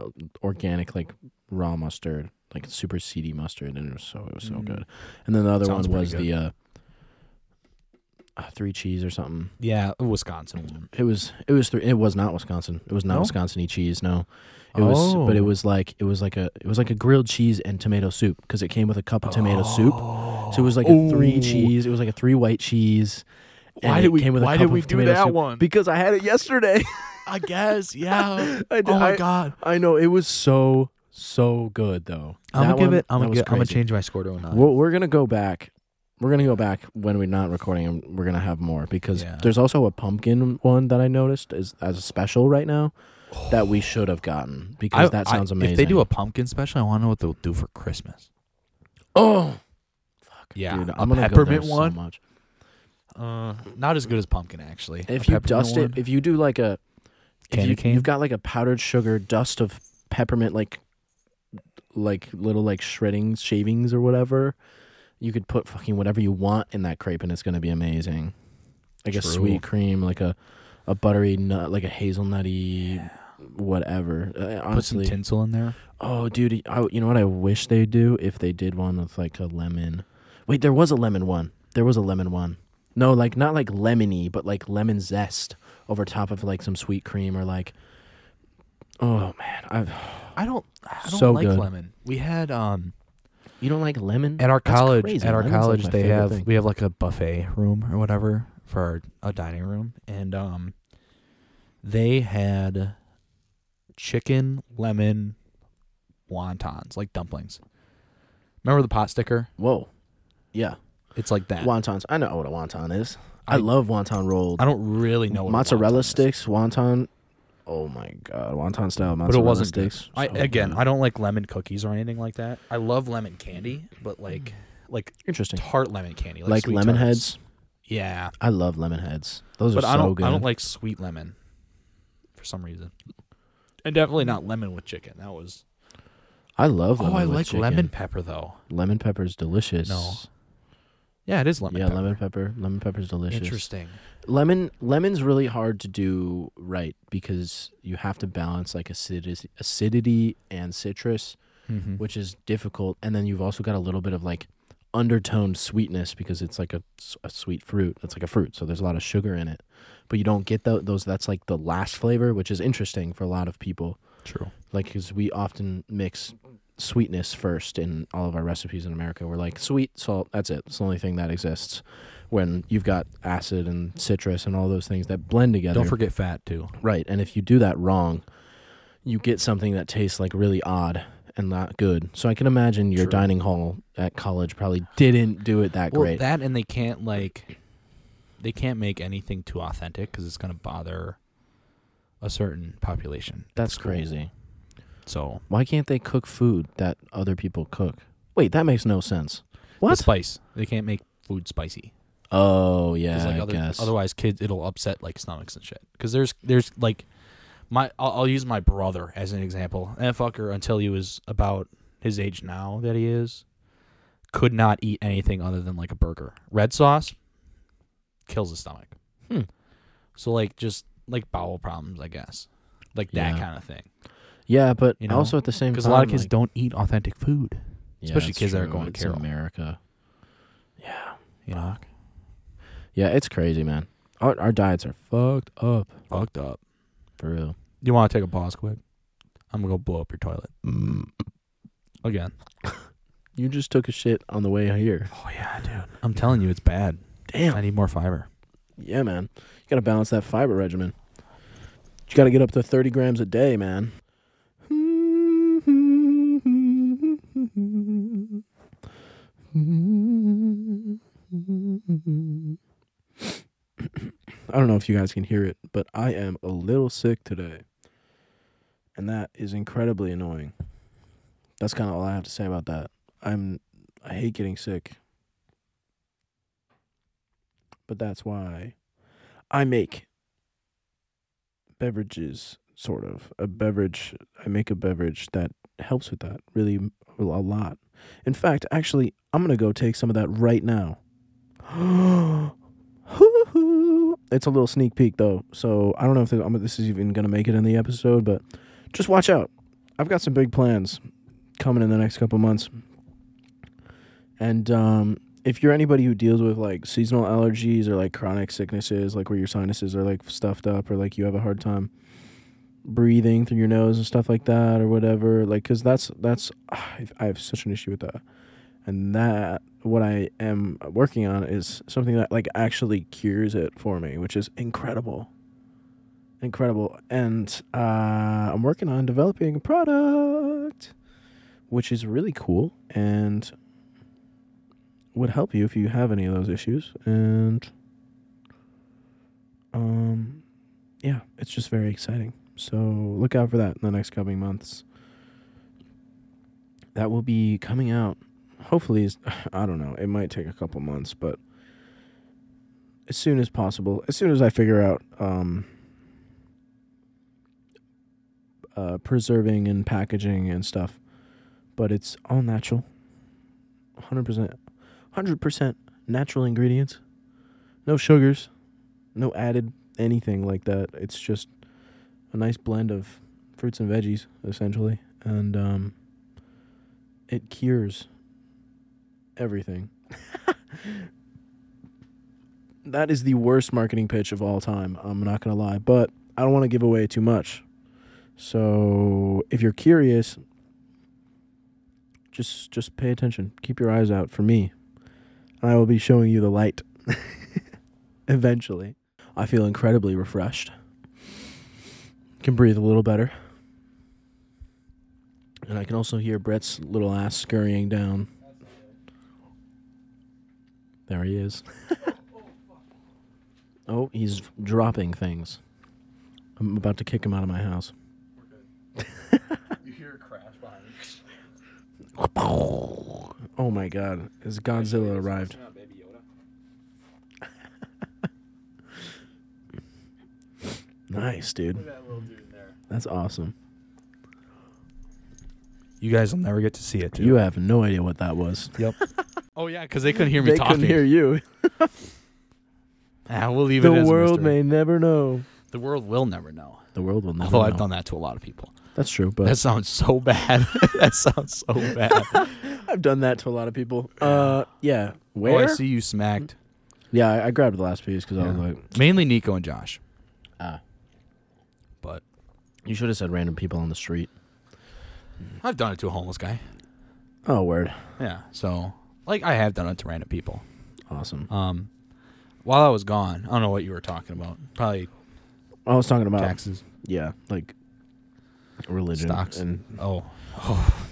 uh, organic like raw mustard, like super seedy mustard, and it was so it was so Mm. good. And then the other Sounds one was pretty the uh, uh, three cheese or something. yeah, the Wisconsin one. It was it was three. It was not Wisconsin. It was not No? Wisconsin cheese. No, it was. But it Oh. was like it was like a it was like a grilled cheese and tomato soup because it came with a cup of tomato soup. So it was like a three Oh. cheese. It was like a three white cheese. and Why it did we? came with a Why cup did we of do tomato that soup. one? Because I had it yesterday. I (laughs) guess. Yeah. I (laughs) did- oh my I- god. I know it was so so good though. I'm gonna That give one- it. I'm that gonna. was Get, I'm gonna crazy. change my score to a nine. We're, we're gonna go back. We're gonna go back when we're not recording, and we're gonna have more because Yeah. there's also a pumpkin one that I noticed is as a special right now that we should have gotten because I- that I- sounds amazing. If they do a pumpkin special, I want to know what they'll do for Christmas. oh, fuck, Yeah, dude, a I'm gonna go there peppermint so one? much. Uh, not as good as pumpkin actually. If A you peppermint dust one. it, if you do like a, if Candy you, cane? you've got like a powdered sugar dust of peppermint, like, like little like shreddings, shavings or whatever, you could put fucking whatever you want in that crepe, and it's gonna be amazing. Like a True. sweet cream, like a, a buttery nut, like a hazelnutty, whatever. put Uh, some honestly, tinsel in there. oh dude, I, you know what I wish they do if they did one with like a lemon. Wait, there was a lemon one. There was a lemon one. No, like not like lemony, but like lemon zest over top of like some sweet cream or like. Oh man, I've I don't. I don't So like good. lemon. We had um you don't like lemon Mm-hmm. at our That's college. crazy. At our Lemon's, like, college, my they favorite have thing. we have like a buffet room or whatever for our, a dining room, and um, they had chicken lemon wontons like dumplings. Remember the pot sticker? Whoa, yeah, It's like that. wontons. I know what a wonton is. I, I- love wonton rolled I don't really know what a mozzarella wonton is. sticks, wonton. Oh my god, wonton style mozzarella but it wasn't good. sticks. I, So again, good. I don't like lemon cookies or anything like that. I love lemon candy, but like like interesting. tart lemon candy, like, Like, sweet lemon tarts. heads. Yeah, I love lemon heads. Those but are I so don't good. I don't like sweet lemon for some reason, and definitely not lemon with chicken. That was I love oh, lemon. I with like chicken. lemon pepper though. Lemon pepper is delicious. No, Yeah, it is lemon. yeah, pepper. lemon pepper. Lemon pepper is delicious. Interesting. Lemon lemon's really hard to do right because you have to balance like acidity, acidity and citrus, Mhm. which is difficult. And then you've also got a little bit of like undertoned sweetness because it's like a, s- a sweet fruit. It's like a fruit, so there's a lot of sugar in it. But you don't get tho- those. That's like the last flavor, which is interesting for a lot of people. True. like because we often mix sweetness first in all of our recipes in america we're like sweet salt that's it it's the only thing that exists when you've got acid and citrus and all those things that blend together Don't forget fat too. right and if you do that wrong you get something that tastes like really odd and not good so i can imagine your True. dining hall at college probably didn't do it that Well, great that and they can't like they can't make anything too authentic because it's gonna bother a certain population. at that's school. crazy So why can't they cook food that other people cook wait that makes no sense The what spice. They can't make food spicy. oh 'Cause, yeah like, i other- guess Otherwise, kids, it'll upset like stomachs and shit. Because there's there's like my I'll, I'll use my brother as an example. That fucker until he was about his age now that he is, could not eat anything other than like a burger. Red sauce kills his stomach. Hmm. So like just like bowel problems, I guess, like that Yeah. kind of thing. Yeah, but You know? also at the same time, Because a lot of kids like- don't eat authentic food. Yeah, especially it's kids that are true. going to it's Carroll. America. Yeah, You know, yeah, it's crazy, man. Our our diets are fucked up. fucked up. For real. You want to take a pause quick? I'm gonna go blow up your toilet again. You just took a shit on the way here. Oh yeah, dude. I'm telling you, it's bad. (laughs) Damn. I need more fiber. Yeah, man. You gotta balance that fiber regimen. You gotta get up to thirty grams a day, man. I don't know if you guys can hear it, but I am a little sick today. And that is incredibly annoying. That's kind of all I have to say about that. I'm I hate getting sick. But that's why I make beverages sort of a beverage I make a beverage that helps with that really a lot. In fact, actually, I'm going to go take some of that right now. (gasps) it's a little sneak peek though. So, I don't know if the- I'm- this is even going to make it in the episode, but just watch out. I've got some big plans coming in the next couple months. And um, if you're anybody who deals with like seasonal allergies or like chronic sicknesses, like where your sinuses are like stuffed up or like you have a hard time breathing through your nose and stuff like that or whatever, like because that's that's I I have such an issue with that. And that what I am working on is something that like actually cures it for me, which is incredible. Incredible. And uh, I'm working on developing a product which is really cool and would help you if you have any of those issues. And um, yeah, it's just very exciting. So look out for that in the next coming months. That will be coming out. Hopefully, as- (sighs) I don't know. It might take a couple months, but as soon as possible, as soon as I figure out um, uh, preserving and packaging and stuff but it's all natural. 100%. 100% natural ingredients. No sugars, no added anything like that. It's just a nice blend of fruits and veggies essentially and um it cures everything. (laughs) that is the worst marketing pitch of all time. I'm not going to lie, but I don't want to give away too much. So, if you're curious, just just pay attention. Keep your eyes out for me. And I will be showing you the light (laughs) eventually. I feel incredibly refreshed. Can breathe a little better. And I can also hear Brett's little ass scurrying down. There he is. (laughs) oh, he's dropping things. I'm about to kick him out of my house. You hear a crash behind you. Oh my god, has Godzilla arrived? (laughs) Nice, dude. That's awesome. You guys will never get to see it, dude. You have no idea what that was. yep. oh yeah, because they couldn't hear me They talking. couldn't hear you. Ah, we'll leave it. The as a world mystery. may never know. The world will never know. The world will never Although know. I've done that to a lot of people. That's true, but That sounds so (laughs) bad. that sounds so bad. Oh, I've done that to a lot of people. Uh, yeah. Where? Oh, I see you smacked. Yeah, I, I grabbed the last piece because I was Yeah. like, Mainly Nico and Josh. ah, But you should have said random people on the street. I've done it to a homeless guy. Oh, word. Yeah. So like I have done it to random people. Awesome. Um while I was gone, I don't know what you were talking about. Probably I was talking about taxes, yeah, like religion stocks. and (sighs) oh. (sighs) Oh.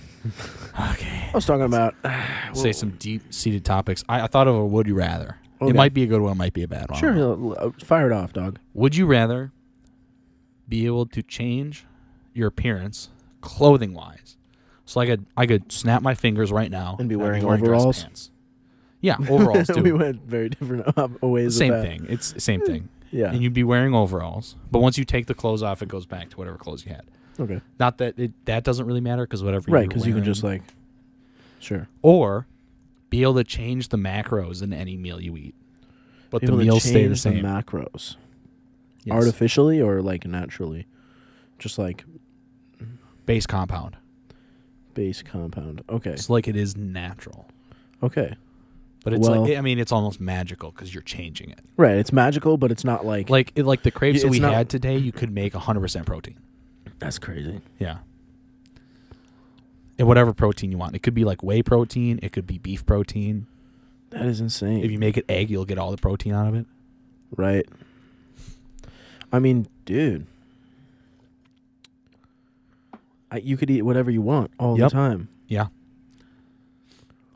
okay. I was talking about uh, Say some deep seated topics. I, I thought of a would you rather. Okay. It might be a good one, it might be a bad one. I Sure, don't know. he'll- uh, fire it off, (laughs) dog. Would you rather be able to change your appearance clothing wise? So like I could, I could snap my fingers right now And be I'd wearing dress overalls? pants. Yeah, (laughs) overalls too. we went very different (laughs) op- ways. same of that. thing. It's the same thing. Yeah. And you'd be wearing overalls, but once you take the clothes off, it goes back to whatever clothes you had. okay. Not that it, that doesn't really matter because whatever. Right, because because you can just like, sure. or be able to change the macros in any meal you eat, but Be the able to meals stay the change same. macros, Yes. artificially or like naturally, just like Base compound. base compound. Okay. It's like it is natural. Okay. But it's Well- like I mean, it's almost magical because you're changing it. Right. It's magical, but it's not like, Like it, like the crepes Yeah, that it's we not- had today, you could make 100 percent protein. that's crazy. Yeah. And whatever protein you want, it could be like whey protein, it could be beef protein. That is insane. If you make it egg, you'll get all the protein out of it. right. I mean, dude. I, you could eat whatever you want all Yep. the time. Yeah.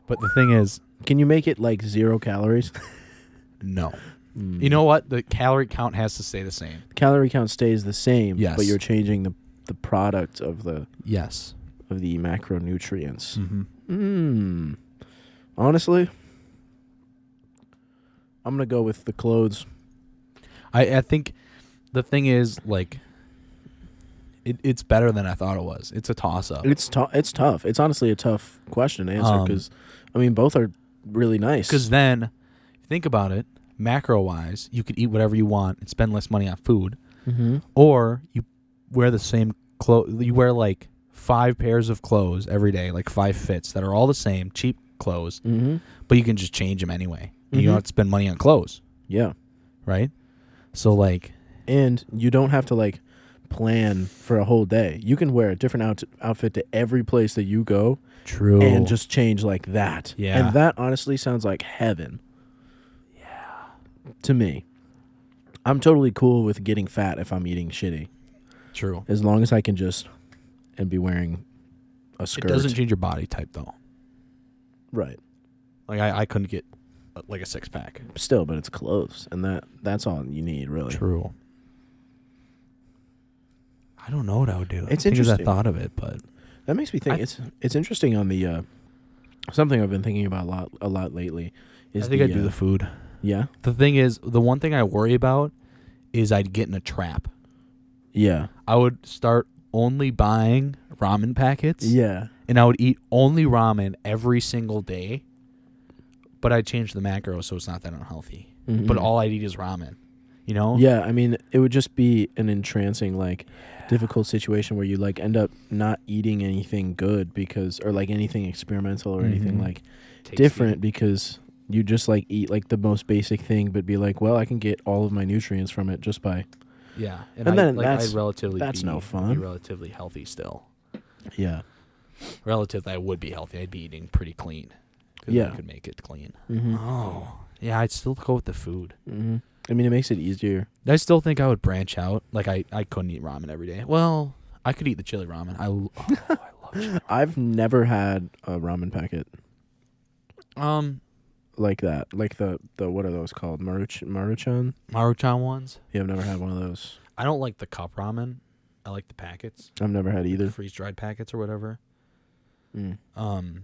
But the thing is, Can you make it like zero calories? (laughs) no. Mm. You know what? The calorie count has to stay the same. calorie count stays the same, Yes. but you're changing the the product of the Yes. of the macronutrients. Mm-hmm. Mm. Honestly, I'm gonna go with the clothes. I, I think the thing is like it, it's better than I thought it was. It's a toss up. It's tou- it's tough. It's honestly a tough question to answer Oh. Um, because, I mean, both are really nice. Because then, think about it, macro wise, you could eat whatever you want and spend less money on food, Mhm. or you wear the same clothes. You wear like five pairs of clothes every day, like five fits that are all the same, cheap clothes, Mhm. but you can just change them anyway. And You Mhm. don't have to spend money on clothes, yeah, right? So like, and you don't have to like plan for a whole day. You can wear a different out- outfit to every place that you go true. and just change like that. Yeah. and that honestly sounds like heaven. Yeah, to me, I'm totally cool with getting fat if I'm eating shitty. true. as long as I can just and be wearing a It skirt. doesn't change your body type though. right. Like I, I couldn't get uh, like a six pack. Still, but it's clothes, and that that's all you need, really. True. I don't know what I would do. It's I think as I interesting. thought of it, but That makes me think I- it's it's interesting on the uh, something I've been thinking about a lot a lot lately. Is I think the, I'd do uh, the food. yeah The thing is, the one thing I worry about is I'd get in a trap. yeah I would start only buying ramen packets, yeah and I would eat only ramen every single day. But I change the macro so it's not that unhealthy. But Mhm. all I'd eat is ramen. You know? yeah. I mean, it would just be an entrancing like difficult situation where you like end up not eating anything good because or like anything experimental or anything Mhm. like Tasty. different because you just like eat like the most basic thing, but be like, well, I can get all of my nutrients from it just by Yeah. And I, then like, that's- I'd relatively that's be- no I'd be fun. relatively healthy still. yeah. relative I would be healthy. I'd be eating pretty clean. 'cause Yeah. I could make it clean. Mm-hmm. Oh, yeah. I'd still go with the food. hmm I mean, it makes it (gasps) easier. I still think I would branch out. Like I, I couldn't eat ramen every day. Well, I could eat the chili ramen. I, l- (laughs) oh, I love chili. I've never had a ramen packet Um, like that, like the the what are those called? Maruch maruchan. Maruchan ones. Yeah, I've never had one of those. I don't like the cup ramen. I like the packets, I've never had the either. freeze dried packets or whatever. Mm. Um,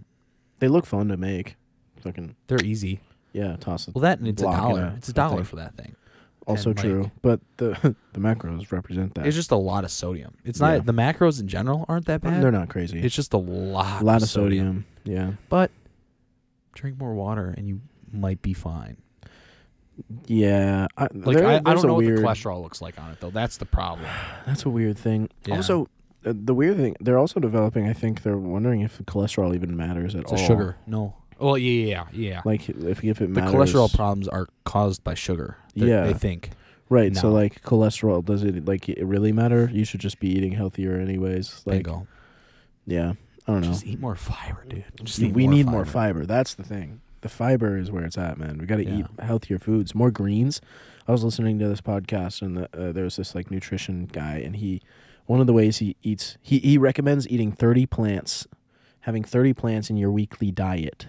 They look fun to make. Fucking they're easy. yeah, toss it. Well, that and it's Block a and dollar. a- it's a a dollar thing. for that thing. also and, like- true, but the (laughs) the macros represent that. It's just a lot of sodium. It's not Yeah. the macros in general aren't that bad. They're not crazy. It's just a lot. a lot of of sodium. Yeah, But drink more water and you might be fine. yeah. I, Like there- I, I there's don't a know weird, what the cholesterol looks like on it though. That's the problem. That's a weird thing. Yeah. Also, uh, the weird thing they're also developing. I think they're wondering if cholesterol even matters at It's all. a sugar. No. Well, yeah, yeah, yeah. oh. Like if if it the matters, cholesterol problems are caused by sugar. They're- Yeah. They think. right? So no. like cholesterol does it like it really matter? You should just be eating healthier anyways. Like Bingo. yeah, I don't know. Just eat more fiber, dude. Just we eat need more fiber. That's the thing. The fiber is where it's at, man. We got to Yeah. eat healthier foods, more greens. I was listening to this podcast, and the, uh, there was this like nutrition guy, and he, one of the ways he eats, he he recommends eating thirty plants, having thirty plants in your weekly diet,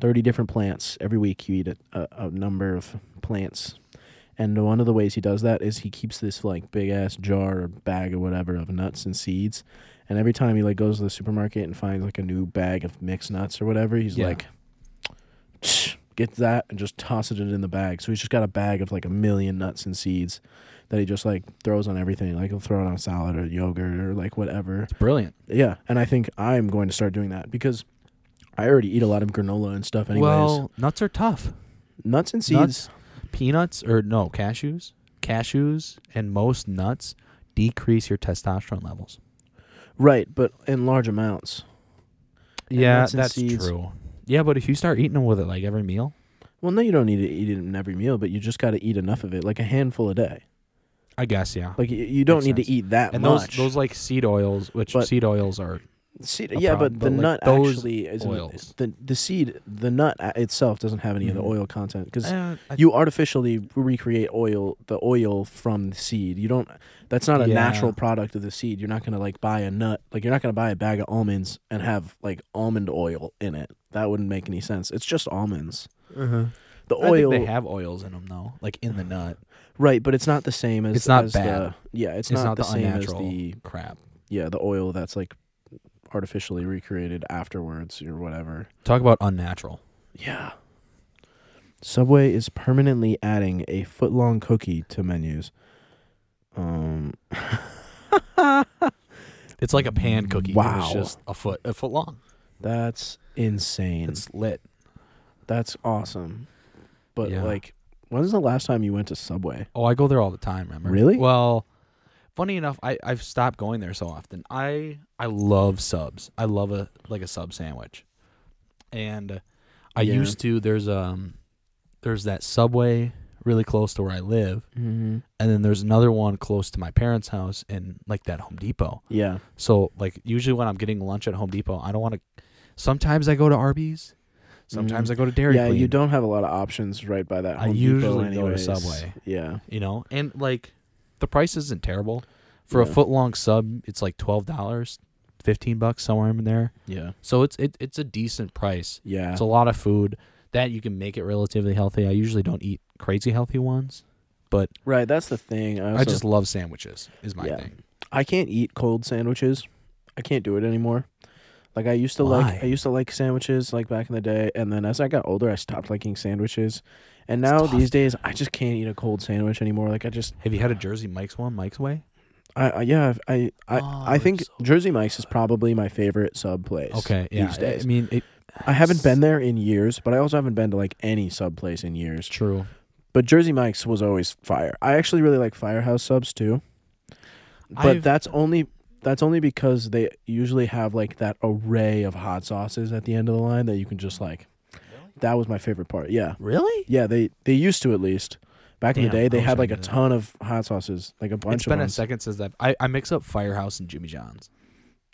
thirty different plants every week. You eat a, a, a number of plants, and one of the ways he does that is he keeps this like big ass jar or bag or whatever of nuts and seeds, and every time he like goes to the supermarket and finds like a new bag of mixed nuts or whatever, he's Yeah. like, (sniffs) get that and just tosses it in the bag. So he's just got a bag of like a million nuts and seeds that he just like throws on everything. Like he'll throw it on salad or yogurt or like whatever. It's brilliant. Yeah, and I think I'm going to start doing that because I already eat a lot of granola and stuff anyways. Well, nuts are tough. nuts and seeds. Nuts, peanuts, or no, cashews. Cashews and most nuts decrease your testosterone levels. Right, but in large amounts. And yeah, nuts and that's seeds. true. Yeah, but if you start eating them with it like every meal, Well, no, you don't need to eat it in every meal, but you just got to eat enough of it, like a handful a day. I guess yeah. Like you, you don't Makes need sense. to eat that and those much. those like seed oils, which But- seed oils are seed, a yeah, problem, but the but, like, nut those actually is oils. the the seed. The nut a- itself doesn't have any of the Mhm. oil content because Eh, I- you artificially recreate oil, the oil from the seed. You don't. That's not a Yeah. natural product of the seed. You're not gonna like buy a nut. Like you're not gonna buy a bag of almonds and have like almond oil in it. That wouldn't make any sense. It's just almonds. The Uh-huh. I think oil, they have oils in them though, like in the nut. right? But it's not the same as. It's not as bad. The, yeah, it's, It's not, not the, the same unnatural. as the Crap. yeah the oil that's like artificially recreated afterwards or whatever. Talk about unnatural. Yeah. Subway is permanently adding a foot-long cookie to menus. Um, It's like a pan cookie. Wow. It's just a foot a foot long. that's insane. It's lit. that's awesome. But Yeah. like, when's the last time you went to Subway? Oh, I go there all the time, remember? Really? Well, funny enough, I, I've stopped going there so often. I I love subs. I love a like a sub sandwich. And I Yeah. used to there's um there's that subway really close to where I live, Mm-hmm. and then there's another one close to my parents' house and like that Home Depot. Yeah. So like usually when I'm getting lunch at Home Depot, I don't want to sometimes I go to Arby's, sometimes Mhm. I go to Dairy yeah, Queen. you don't have a lot of options right by that. I Home usually Depot go to anyways. Subway. Yeah. you know and like the price isn't terrible for a Yeah. foot long sub it's like $12 15 bucks somewhere in there Yeah. so it's it, it's a decent price Yeah. it's a lot of food that you can make it relatively healthy i usually don't eat crazy healthy ones but right. That's the thing. I, i also- just love sandwiches is my Yeah. thing I can't eat cold sandwiches. I can't do it anymore. Like I used to Why? like I used to like sandwiches like back in the day and then as I got older I stopped liking sandwiches. And It's now tough, these days I just can't eat a cold sandwich anymore. Like I just have you had a jersey mike's one mike's way I, I yeah, I I Oh, I they're think so Jersey Mike's is probably my favorite sub place. okay yeah These I- days. i mean it, I haven't been there in years, but I also haven't been to like any sub place in years. it's true But Jersey Mike's was always fire. I actually really like Firehouse subs too. But I've- that's only that's only because they usually have like that array of hot sauces at the end of the line that you can just like. That was my favorite part. Yeah, really yeah. They they used to at least back in the Damn, day they I wish had I like a knew that. ton of hot sauces, like a bunch it's of been a ones. second since that I, I mix up firehouse and jimmy john's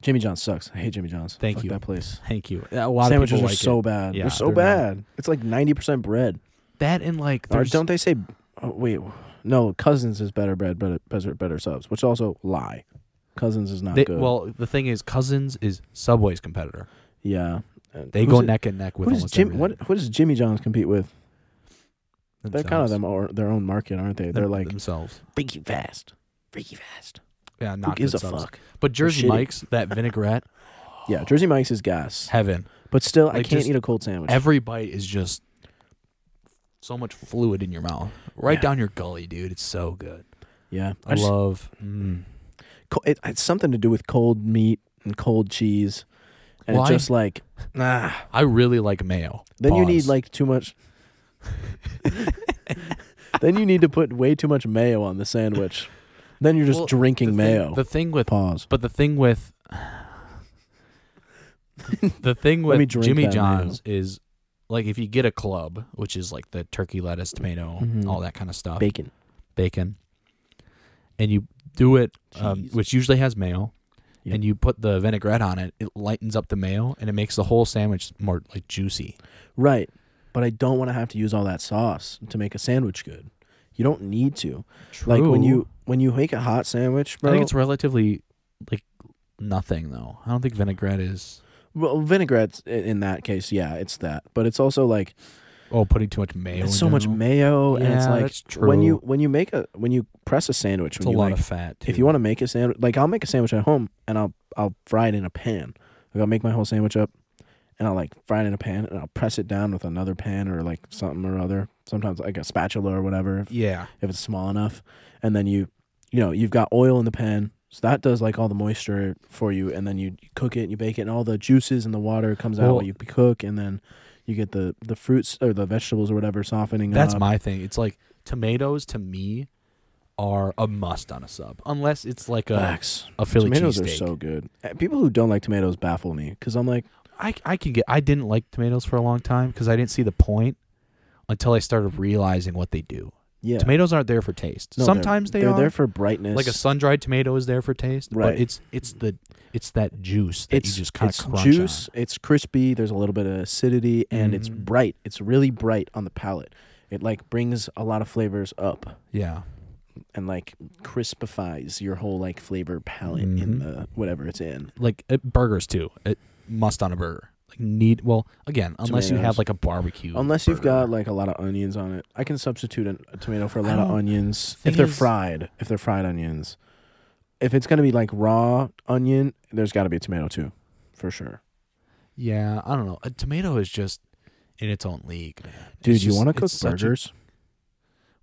Jimmy John's sucks. I hate Jimmy John's. Thank Fuck you. That place. thank you a lot Sandwiches of people are like so it. bad. Yeah, they're so they're not- bad. It's like ninety percent bread. that and like Or there's don't they say? Oh, wait, no. Cousins is better bread, better better, better subs, which also lie. Cousins is not They, good. well, the thing is, Cousins is Subway's competitor. yeah, And They who's go it- neck and neck with Who does almost Jim? everything What who does Jimmy John's compete with? They're kind themselves. of them or their own market, aren't they? Them- They're like themselves. freaky fast, freaky fast. Yeah, not Who gives a good subs. fuck? But Jersey shitty. Mike's (laughs) that vinaigrette, Yeah, Jersey Mike's is gas, heaven. but still, I Like, can't just eat a cold sandwich. Every bite is just so much fluid in your mouth, right Yeah. down your gully, dude. It's so good. yeah, I, just- love. Mm. co- it, it's something to do with cold meat and cold cheese, and it's Why? just like nah. I really like mayo. Then you need Pause. like too much. then you need to put way too much mayo on the sandwich. Then you're just Well, drinking the mayo. Thing, the thing with, Pause. (laughs) but the thing with, the thing Let me with drink Jimmy that mayo. John's is like if you get a club, which is like the turkey, lettuce, tomato, Mhm. all that kind of stuff. Bacon. bacon, and you do it, um, Cheese. which usually has mayo, Yep. and you put the vinaigrette on it. It lightens up the mayo and it makes the whole sandwich more like juicy. Right. But I don't want to have to use all that sauce to make a sandwich good. You don't need to. True. Like when you when you make a hot sandwich, bro. I think it's relatively like nothing though. I don't think vinaigrette is. well, vinaigrette i- in that case, yeah, it's that. But it's also like Oh, putting too much mayo. it's in so much general. mayo and it's Yeah, like that's when you true. when you make a when you press a sandwich It's a when you lot make of fat. Too. if you want to make a sandwich, like I'll make a sandwich at home and I'll I'll fry it in a pan. Like I'll make my whole sandwich up and I'll like fry it in a pan and I'll press it down with another pan or like something or other. Sometimes like a spatula or whatever if, yeah, if it's small enough. And then you you know you've got oil in the pan. So that does like all the moisture for you, and then you cook it and you bake it, and all the juices and the water comes out Well- while you cook, and then you get the the fruits or the vegetables or whatever softening that's up. my thing. It's like tomatoes to me are a must on a sub, unless it's like a Facts. a Philly tomatoes cheesesteak. Eh, are so good. Uh, People who don't like tomatoes baffle me because I'm like, I I can get. I didn't like tomatoes for a long time because I didn't see the point until I started realizing what they do. Yeah. Tomatoes aren't there for taste. No, they're- Sometimes they they're are. there for brightness. like a sun-dried tomato is there for taste, Right. but it's it's the it's that juice that it's you just kind it's of crunch on. juice. It's crispy. There's a little bit of acidity, and it's Mhm. bright. It's really bright on the palate. It like brings a lot of flavors up Yeah, and like crispifies your whole like flavor palette Mhm. in the whatever it's in. like uh, burgers too. It must on a burger. Like need well again, unless you Tomatoes. have like a barbecue. Unless you've burger. got like a lot of onions on it, I can substitute an, a tomato for a I lot of don't- onions if thing they're is- fried. If they're fried onions, if it's gonna be like raw onion, there's got to be a tomato too, for sure. yeah, I don't know. A tomato is just in its own league, man. It's Dude, you just- want to cook it's such a- burgers?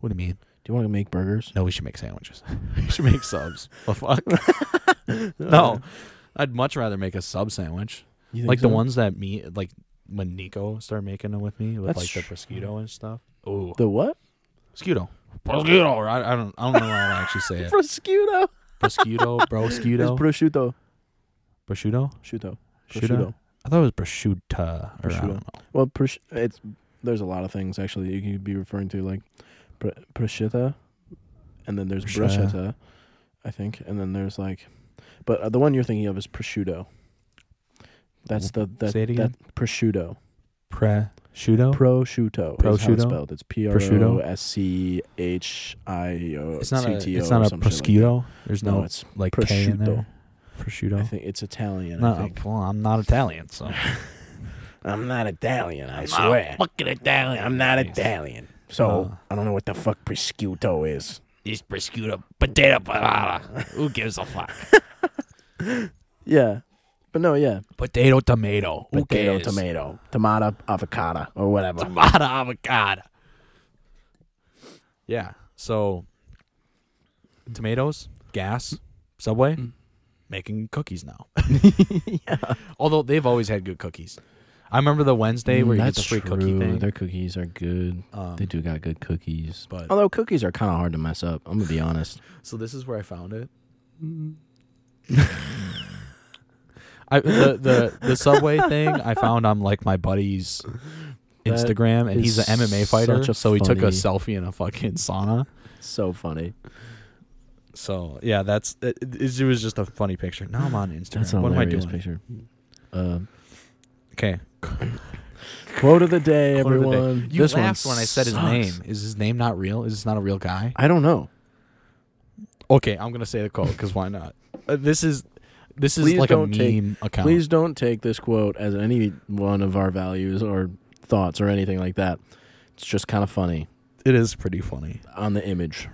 what do you mean? Do you want to make burgers? No, we should make sandwiches. (laughs) we should make (laughs) subs. The fuck? no, I'd much rather make a sub sandwich. You think like so? the ones that me like when Nico started making them with me with That's like the tr- prosciutto and stuff. Oh, The what? prosciutto, prosciutto. or I, I don't, I don't know how to actually (laughs) say it. Prosciutto. Prosciutto, (laughs) It's brosciutto, prosciutto. prosciutto, Prosciutto. prosciutto. I thought it was prosciutta. Or I Prosciutto. don't know. Well, prosci- it's there's a lot of things actually you could be referring to like pr- prosciutto, and then there's Prosciutto. bruschetta, I think, and then there's like, but uh, the one you're thinking of is prosciutto. That's the that, Say it that again? prosciutto. Prosciutto. Prosciutto. Prosciutto. Is how it's Prosciutto? spelled. It's P R O Prosciutto? S C H I O it's not C a. T O. It's not or a some shit like that. prosciutto. There's No, no, it's like K in prosciutto. there. I Prosciutto. think it's Italian. No, I think. well, I'm not Italian, (laughs) so I'm not Italian. I I'm not swear. fucking Italian. I'm not Nice. Italian. So Uh. I don't know what the fuck prosciutto is. It's prosciutto, potato, banana. Who gives a fuck? Yeah. But no, yeah. (laughs) potato, tomato, Who Potato, cares? tomato, tomato, avocado, or whatever. tomato, avocado. Yeah. So, tomatoes, gas, Subway, making cookies (laughs) now. Although they've always had good cookies. I remember the Wednesday where you get the free cookie thing. Their cookies are good. Um, do got good cookies. but Although cookies are kind of hard to mess up. I'm going to (laughs) be honest. so this is where I found it. I, the, (laughs) the the subway thing I found on like my buddy's That Instagram, and he's an is MMA fighter, such a so he took a funny- selfie in a fucking sauna. So funny. So yeah, that's it, it, it was just a funny picture. Now I'm on Instagram. That's a what am I hilarious doing? picture. Uh, Okay, quote of the day, Quote of the day. everyone. You This one laughed when I said his sucks. name. Is his name not real? Is this not a real guy? I don't know. Okay, I'm gonna say the quote because why not? Uh, this is this is Please like a meme don't take- account. Please don't take this quote as any one of our values or thoughts or anything like that. It's just kind of funny It is pretty funny. on the image.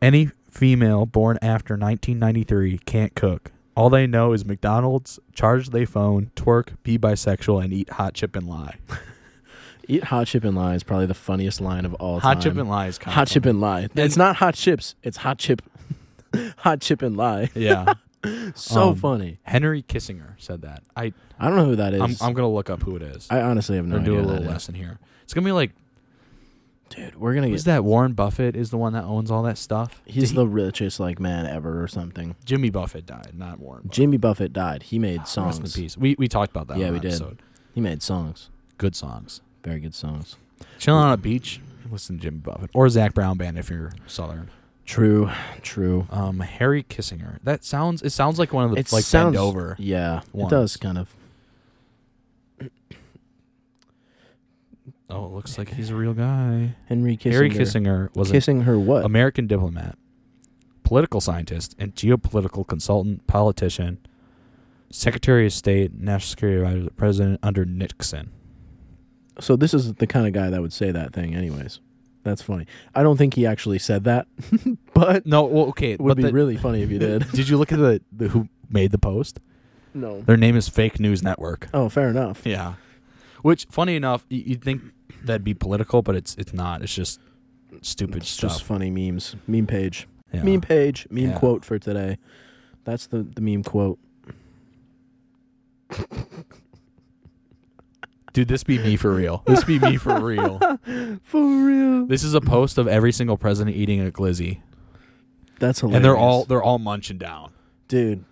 Any female born after 1993 can't cook. All they know is McDonald's, charge they phone, twerk, be bisexual, and eat hot chip and lie. Eat hot chip and lie is probably the funniest line of all hot time. chip and lie is kind hot chip and lie. It's And- not hot chips. It's hot chip. (laughs) hot chip and lie. (laughs) yeah. So Um, funny. Henry Kissinger said that. I I don't know who that is. I'm, I'm gonna look up who it is. I honestly have no or idea. do a who that little is. lesson here. It's gonna be like Dude, we're gonna who's get. that? Warren Buffett is the one that owns all that stuff. He's Did the richest like man ever or something. he- Jimmy Buffett died, not Warren. Buffett. Ah, Jimmy Buffett died. He made Rest in songs. peace. We we talked about that. Yeah, on we that did. Episode. He made songs. Good songs. Very good songs. Chilling on a beach. Listen to Jimmy Buffett or Zach Brown Band if you're Southern. True. True. Um, Harry Kissinger. That sounds. It sounds like one of the It like sounds- bend over. Yeah, ones. it does kind of. Oh, it looks like he's a real guy. Henry Kissinger. Harry Kissinger was an kissing her what? American diplomat, political scientist, and geopolitical consultant, politician, Secretary of State, National Security Advisor, to the President under Nixon. so this is the kind of guy that would say that thing, anyways. That's funny. I don't think he actually said that, (laughs) but No, well, okay, it would but be the- really (laughs) funny if he did. did you look at the, the who made the post? no. Their name is Fake News Network. Oh, fair enough. Yeah, which funny enough, y- you'd think that'd be political, but it's it's not. It's just stupid It's stuff. just funny memes. Meme page. Yeah. Meme page. Meme Yeah. quote for today. That's the, the meme quote. Dude, this be me for real. This be me for (laughs) real. For real. This is a post of every single president eating a glizzy, That's hilarious. and they're all they're all munching down. dude.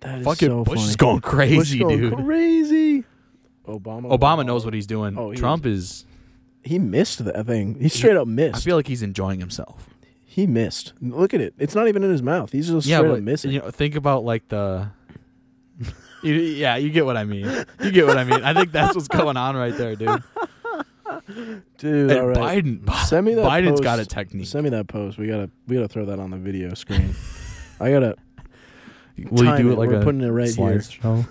That is Fucking so Bush funny. is going crazy, Bush going dude. Crazy. Obama. Obama knows what he's doing. Oh, he Trump is. He missed that thing. He straight up missed. I feel like he's enjoying himself. he missed. Look at it. It's not even in his mouth. He's just Yeah, straight but up missing. you know, think about like the. (laughs) You- yeah, you get what I mean. You get what I mean. I think that's (laughs) what's going on right there, dude. Dude, all And right. Biden, Bi- Send me that Biden's post. got a technique. Send me that post. We gotta we gotta throw that on the video (laughs) screen. I gotta. Will you time do it like We're a putting it right here. slideshow?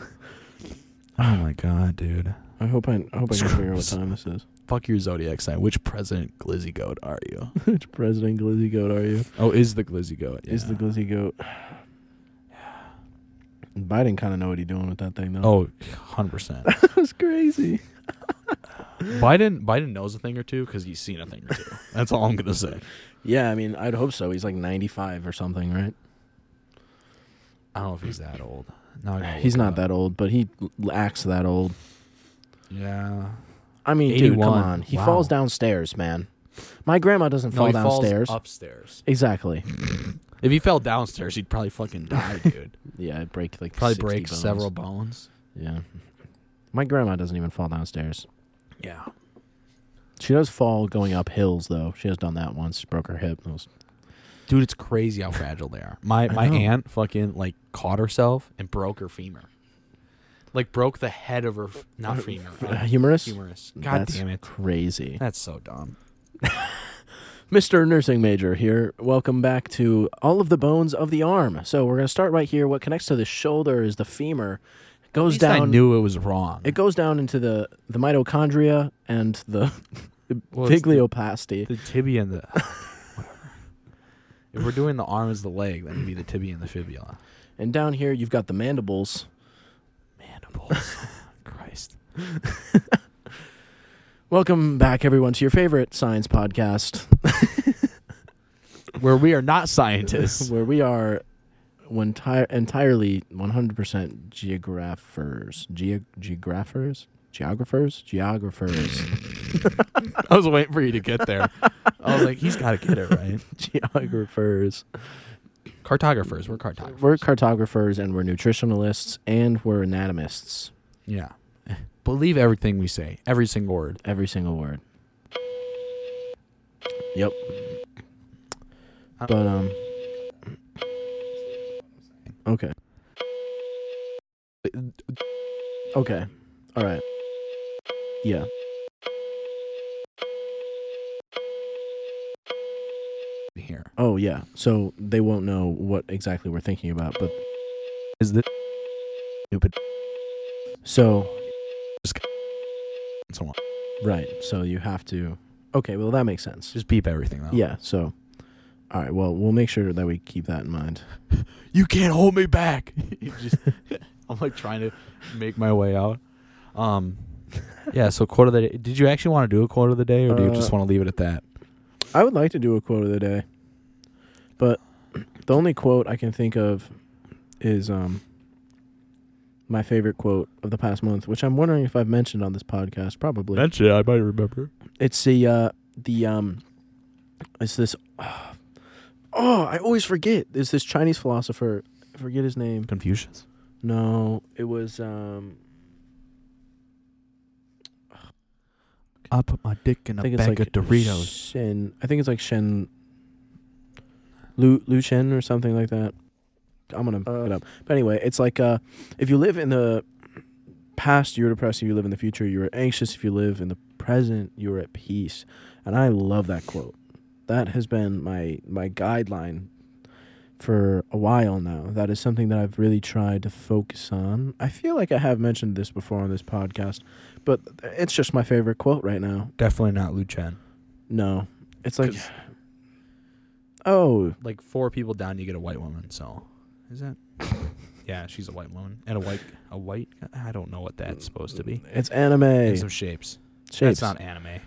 (laughs) oh my god, dude! I hope I, I hope I can figure out what Screws. time this is. (laughs) Fuck your zodiac sign. Which president Glizzy Goat are you? Which president glizzy goat are you? Oh, is the Glizzy Goat? Is the yeah. glizzy goat? (sighs) Biden kind of know what he's doing with that thing (laughs) though. Oh, 100 percent. that was crazy. Biden Biden knows a thing or two because he's seen a thing or two. That's all I'm gonna say. Yeah, I mean, I'd hope so. He's like 95 or something, right? I don't know if he's that old. Now I gotta look He's it not up. that old, but he l- acts that old. Yeah. I mean, dude, come 81. on. He Wow. falls downstairs, man. My grandma doesn't No, fall he downstairs. falls upstairs. Exactly. If he fell downstairs, he'd probably fucking (laughs) die, dude. Yeah, I'd break like probably 60 break bones. several bones. Yeah. My grandma doesn't even fall downstairs. Yeah. She does fall going up hills though. She has done that once. She broke her hip. It was- Dude, it's crazy how fragile they are. My I my know. aunt fucking like caught herself and broke her femur. Like broke the head of her f- not femur. (laughs) uh, uh, humerus? Humerus. God That's damn it. Crazy. That's so dumb. Mr. Nursing Major here. Welcome back to all of the bones of the arm. So we're gonna start right here. What connects to the shoulder is the femur. It At goes least I down knew it was wrong. it goes down into the, the mitochondria and the Well, it's the- biglioplasty. The tibia (laughs) and the. if we're doing the arm as the leg, then it'd be the tibia and the fibula. and down here you've got the mandibles. (laughs) Mandibles. Christ. Welcome back everyone to your favorite science podcast. (laughs) Where we are not (laughs) scientists. where we are when ti- entirely 100% geographers Geo- geographers (laughs) geographers geographers I was waiting for you to get there. I was like, he's got to get it (laughs) right. geographers Cartographers. We're cartographers. we're cartographers and we're nutritionalists and we're anatomists yeah. Believe everything we say, every single word. every single word yep but um okay Uh, okay all right yeah Here Oh yeah. So they won't know what exactly we're thinking about, but is this stupid. so and So on. right. So you have to Okay, well that makes sense. Just beep everything though. yeah, so all right, well, we'll make sure that we keep that in mind. you can't hold me back. (laughs) You just- I'm like trying to make my way out. Um, yeah. So quote of the day. Did you actually want to do a quote of the day, or do you just Uh, want to leave it at that? I would like to do a quote of the day. But the only quote I can think of is um my favorite quote of the past month, which I'm wondering if I've mentioned on this podcast, probably. That's it. I might remember. It's the uh the um it's this (sighs) Oh, I always forget. There's this Chinese philosopher, I forget his name. Confucius. No, it was um I put my dick in I a think bag it's like of Doritos. Shen, I think it's like Shen Lu Lu Shen or something like that. I'm gonna fuck it up. But anyway, it's like uh if you live in the past you're depressed, if you live in the future, you're anxious, if you live in the present, you're at peace. And I love that quote. That has been my my guideline for a while now. That is something that I've really tried to focus on. I feel like I have mentioned this before on this podcast, but it's just my favorite quote right now. Definitely not Lu Chen. No. It's like 'Cause- oh, Like four people down, you get a white woman. So is that? (laughs) yeah, she's a white woman and a white a white. I don't know what that's supposed to be. it's anime. And some shapes. Shapes. That's not anime.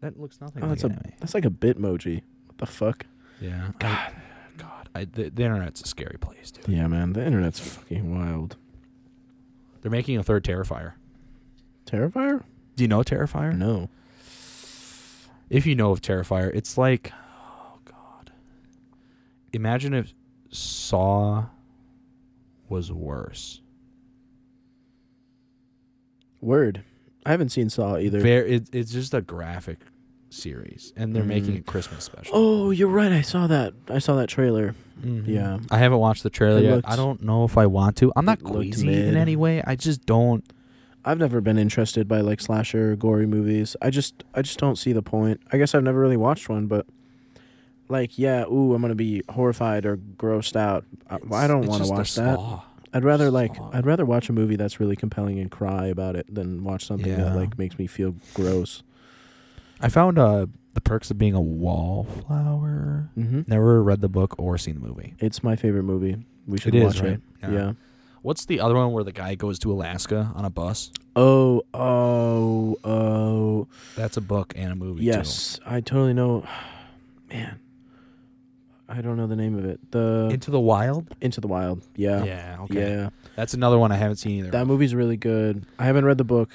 That looks nothing Oh, like that's a- anime. That's like a bitmoji. What the fuck? Yeah. God. God. I, the, the internet's a scary place, dude. Yeah, man, the internet's fucking wild. They're making a third Terrifier. Terrifier? Do you know Terrifier? No. If you know of Terrifier, it's like, oh God. Imagine if Saw was worse. Word. I haven't seen Saw either. Ver- it, it's just a graphic series, and they're making Mm. a Christmas special. oh, you're right. I saw that. I saw that trailer. Mhm. Yeah. I haven't watched the trailer It yet. looked- I don't know if I want to. I'm not it looked queasy mid. in any way. I just don't. I've never been interested by like slasher or gory movies. I just I just don't see the point. I guess I've never really watched one, but like yeah, ooh, I'm gonna be horrified or grossed out. I, I don't want to watch that. I'd rather just like saw. I'd rather watch a movie that's really compelling and cry about it than watch something Yeah. that like makes me feel gross. I found uh, the perks of being a wallflower. Mm-hmm. Never read the book or seen the movie. It's my favorite movie. We should It is watch it. Yeah. What's the other one where the guy goes to Alaska on a bus? Oh oh oh. That's a book and a movie. yes, I totally know. (sighs) Man, I don't know the name of it. The Too. Into the Wild. Into the Wild. Yeah. Yeah. Okay. Yeah. That's another one I haven't seen either. That movie's really good. I haven't read the book,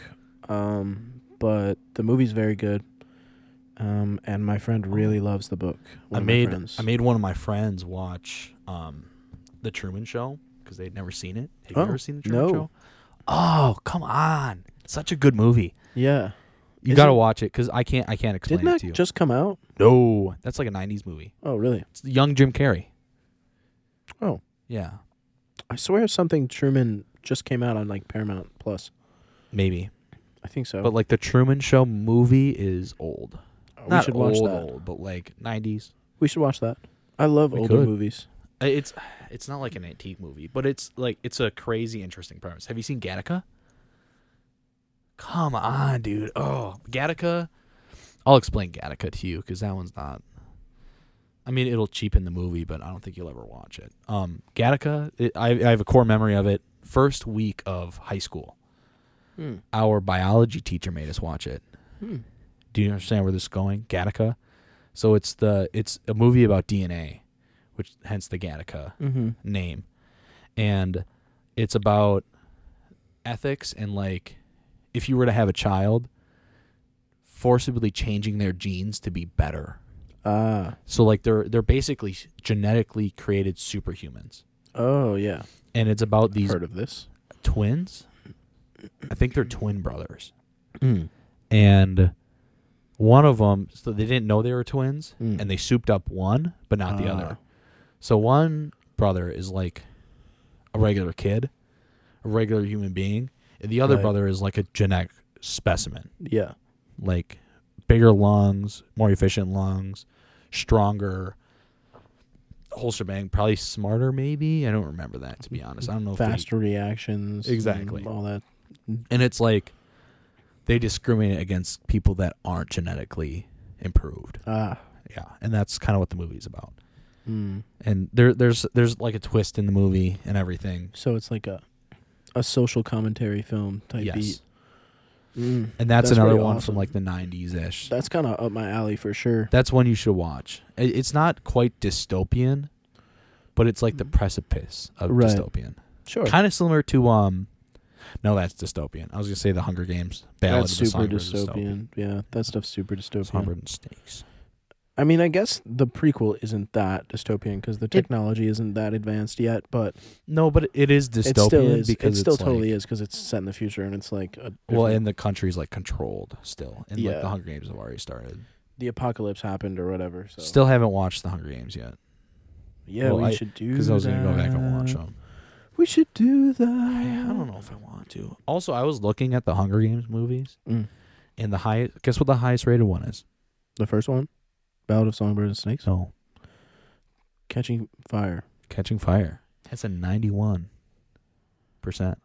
um, but the movie's very good. Um, and my friend really loves the book. I One of my made friends. I made one of my friends watch um, the Truman Show because they'd never seen it. Have Oh, you ever seen the Truman no. Show? Oh, come on! Such a good movie. yeah. You Is gotta it- watch it because I can't I can't explain Didn't it that to you. just come out? no, that's like a '90s movie. Oh, really? It's the young Jim Carrey. Oh. yeah, I swear something Truman just came out on like Paramount Plus. maybe. I think so. But like the Truman Show movie is old. we Not should watch old, that. old, but like '90s. We should watch that. I love We older could. movies. Uh, It's it's not like an antique movie, but it's like it's a crazy interesting premise. Have you seen Gattaca? Come on, dude. Oh, Gattaca. I'll explain Gattaca to you because that one's not. I mean, it'll cheapen the movie, but I don't think you'll ever watch it. Um, Gattaca. It, I, I have a core memory of it. First week of high school, Hmm. our biology teacher made us watch it. Hmm. Do you understand where this is going? Gattaca. So it's the it's a movie about DNA, which hence the Gattaca Mm-hmm. name. And it's about ethics and like if you were to have a child, forcibly changing their genes to be better. Ah. So like they're they're basically genetically created superhumans. Oh yeah. And it's about these Heard of this? twins. I think they're twin brothers. Hmm. And one of them so they didn't know they were twins Mm. and they souped up one but not the other. Ah. So one brother is like a regular kid, a regular human being, and the other Right. brother is like a genetic specimen, Yeah. like bigger lungs, more efficient lungs, stronger, whole shebang, probably smarter maybe. I don't remember that to be honest. I don't know if they- Faster reactions. Exactly. And all that. and it's like they discriminate against people that aren't genetically improved. Ah. Yeah, and that's kind of what the movie's about. Mm. And there there's there's like a twist in the movie and everything. So it's like a a social commentary film type yes. beat. Mm. And that's, That's another really one awesome. from like the 90s ish. That's kind of up my alley for sure. That's one you should watch. I- It's not quite dystopian, but it's like the precipice of Mm-hmm. Right. dystopian. Sure. Kind of similar to um No, that's dystopian. I was going to say The Hunger Games. Ballad that's of the super Songbird is dystopian. Yeah, that stuff's super dystopian. Songbird and Snakes. I mean, I guess the prequel isn't that dystopian because the technology is isn't that advanced yet, but No, but it is it dystopian still is. because It still it's totally like, is because it's set in the future and it's like a Well, different- and the country's like controlled still. And like Yeah. The Hunger Games have already started. the apocalypse happened or whatever. So Still haven't watched The Hunger Games yet yeah, well, we I- should do because I was going to go back and watch that. them. We should do that. I don't know if I want to. Also, I was looking at the Hunger Games movies, Mm. and the highest. Guess what the highest rated one is? The first one, Ballad of Songbirds and Snakes, No, Catching Fire. Catching Fire. That's a ninety-one (laughs) percent.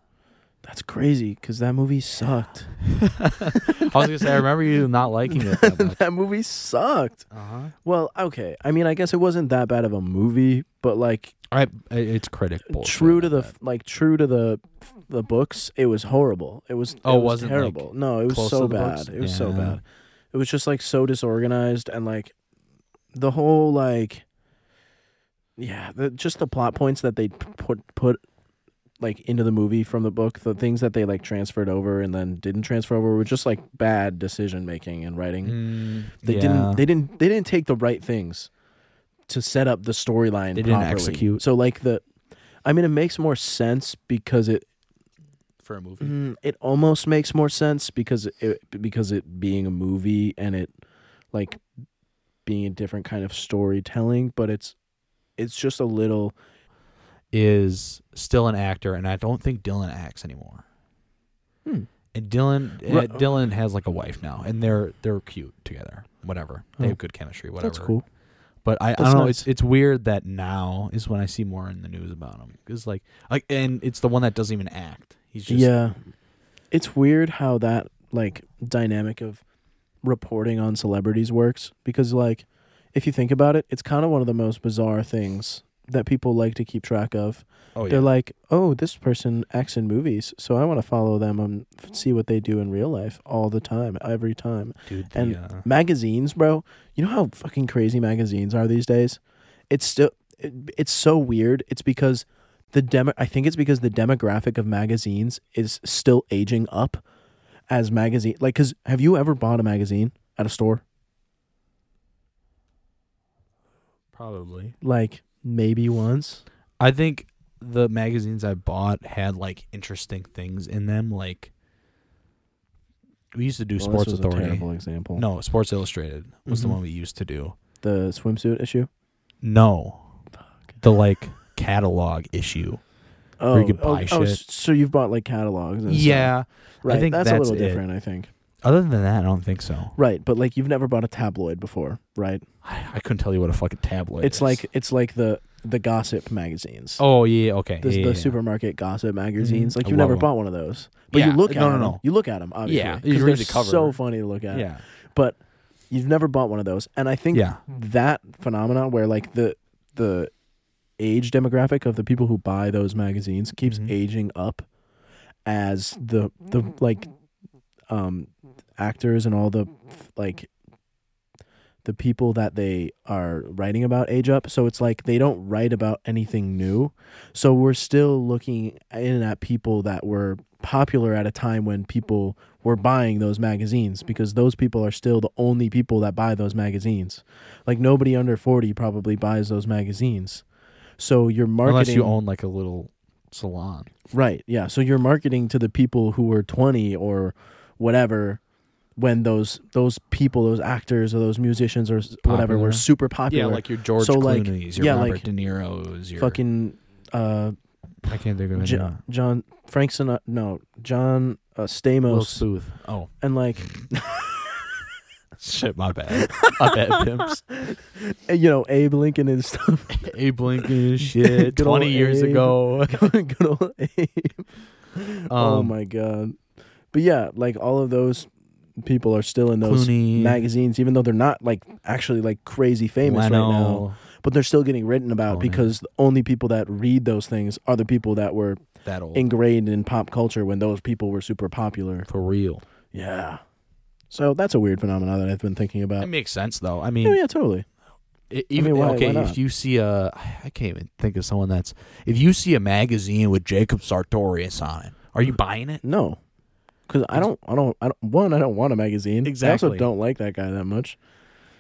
That's crazy because that movie sucked. I was gonna say I remember you not liking it (laughs) that much. that movie sucked. (laughs) Uh-huh. Well, okay. I mean, I guess it wasn't that bad of a movie, but like I, I- it's critic bullshit. true to I the bet. like true to the the books, it was horrible. It was Oh, it was was it, like, terrible. no, it was close so to the books? bad. It was so Yeah. bad. It was just like so disorganized and like the whole like yeah, the, just the plot points that they put put like into the movie from the book, the things that they like transferred over and then didn't transfer over were just like bad decision making and writing. Mm, They yeah. didn't. They didn't. They didn't take the right things to set up the storyline. They didn't properly. execute. So like the, I mean, it makes more sense because it for a movie. mm, it almost makes more sense because it because it being a movie and it like being a different kind of storytelling, but it's it's just a little Is still an actor, and I don't think Dylan acts anymore. Hmm. And Dylan, Ru- uh, Dylan has like a wife now, and they're they're cute together. Whatever, they Oh. have good chemistry. Whatever. that's cool. But I, I That's don't know. nice. It's it's weird that now is when I see more in the news about him because like, like, and it's the one that doesn't even act. He's just yeah. It's weird how that like dynamic of reporting on celebrities works because like if you think about it, it's kind of one of the most bizarre things that people like to keep track of. Oh yeah. They're like, "Oh, this person acts in movies, so I want to follow them and f- see what they do in real life all the time, every time." Dude, the, and uh, magazines, bro. You know how fucking crazy magazines are these days. It's still it, it's so weird. It's because the demo. I think it's because the demographic of magazines is still aging up as magazine. Like, cause have you ever bought a magazine at a store? probably. Like maybe once. I think the magazines I bought had like interesting things in them. Like we used to do Well, this Sports was a Authority. terrible example. No, Sports Illustrated was Mhm. the one we used to do. the swimsuit issue. No, the like catalog issue. Oh, you could buy oh, oh, shit. so you've bought like catalogs. And stuff. Mm-hmm. Yeah. right. think that's, a that's little it. different. I think. Other than that, I don't think so. Right, but like you've never bought a tabloid before, right? I, I couldn't tell you what a fucking tabloid. it's is. like it's like the the gossip magazines. Oh yeah. Okay. the, yeah, the yeah, yeah. supermarket gossip magazines. Like I you never love 'em. bought one of those, but Yeah, you look at no, no, them. no. You look at them, obviously. Yeah, you 'cause read they're the cover. So funny to look at. Yeah. but you've never bought one of those, and I think Yeah. that phenomenon where like the the age demographic of the people who buy those magazines keeps Mhm. aging up as the the like um actors and all the like the people that they are writing about age up so it's like they don't write about anything new so we're still looking in at people that were popular at a time when people were buying those magazines because those people are still the only people that buy those magazines like nobody under 40 probably buys those magazines so your marketing Unless you own like a little salon. Right. Yeah. So you're marketing to the people who were 20 or whatever when those those people, those actors or those musicians or s- whatever Popular. were super popular. Yeah, like your George So, like, Clooney's, your yeah, Robert like, De Niro's, your fucking uh I can't think of any. Jo- John Frank Sinatra, no, John uh, Stamos Booth. Oh and like shit, my bad. my bad, (laughs) pimps. eh, you know Abe Lincoln and (laughs) stuff. Abe Lincoln, shit. (laughs) Good old Twenty years Abe. ago. Good old Abe. oh Um, my god. But yeah, like all of those people are still in those Clooney, magazines even though they're not like actually like crazy famous Leno. right now. but they're still getting written Oh, about yeah. because the only people that read those things are the people that were That old ingrained in pop culture when those people were super popular. for real. Yeah. So that's a weird phenomenon that I've been thinking about. That makes sense though. Uh, I oh mean, yeah, totally. i- even why- okay, why not? if you see a, I can't even think of someone that's. If you see a magazine with Jacob Sartorius on it, are you buying it? No. Cuz I don't I don't I don't one I don't want a magazine. I also Exactly. don't like that guy that much.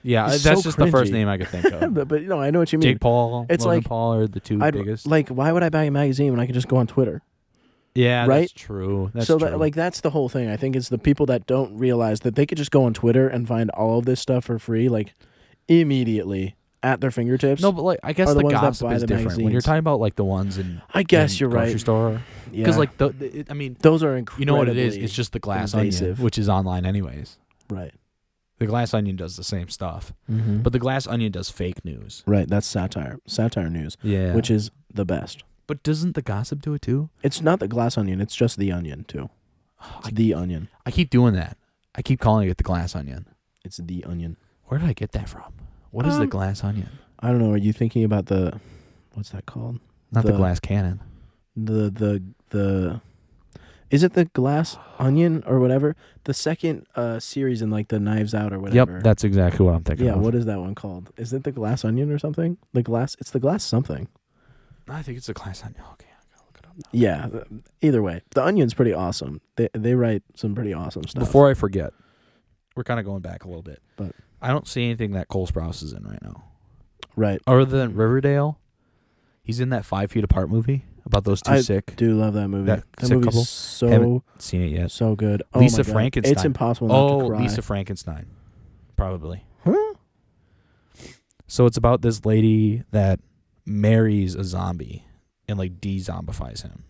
Yeah, It's that's so just the first cringy. name I (laughs) could think of. But, but you know, I know what you mean. Jake Paul, it's Logan like- Paul are the 2 I'd, biggest. like why would I buy a magazine when I could just go on Twitter? yeah, right? that's true. That's so true. that like that's the whole thing. I think it's the people that don't realize that they could just go on Twitter and find all of this stuff for free, like immediately at their fingertips. No, but like I guess are the, the ones that gossip buy is the different when you're magazines. talking about like the ones in. I guess in you're grocery right. store because like the, the it, I mean those are incredible. you know what it is it's just the glass invasive. onion which is online anyways. right, The glass onion does the same stuff, mm-hmm. but the glass onion does fake news. right. That's satire, satire news, Yeah, which is the best. but doesn't the gossip do it too? It's not the glass onion; it's just the onion too. It's Oh, I- the onion. I keep doing that. I keep calling it the glass onion. It's the onion. Where did I get that from? What is the Um, glass onion? I don't know. Are you thinking about the what's that called? Not the, the- glass cannon. the the the is it the glass onion or whatever the second uh series in like the knives out or whatever Yep, that's exactly what I'm thinking. yeah of. what is that one called is it the glass onion or something the glass it's the glass something I think it's the glass onion. Okay, I gotta look it up. now. yeah th- either way the onion's pretty awesome they they write some pretty awesome stuff Before I forget, we're kind of going back a little bit, But- I don't see anything that Cole Sprouse is in right now, right other than Riverdale. He's in that Five Feet Apart movie. about those two I sick. Do love that movie. That That, sick movie's couple? so Haven't Seen it yet? so good. Oh Lisa my God. Frankenstein. It's impossible not Oh, to cry. Lisa Frankenstein, probably. Huh? So it's about this lady that marries a zombie and like de-zombifies him.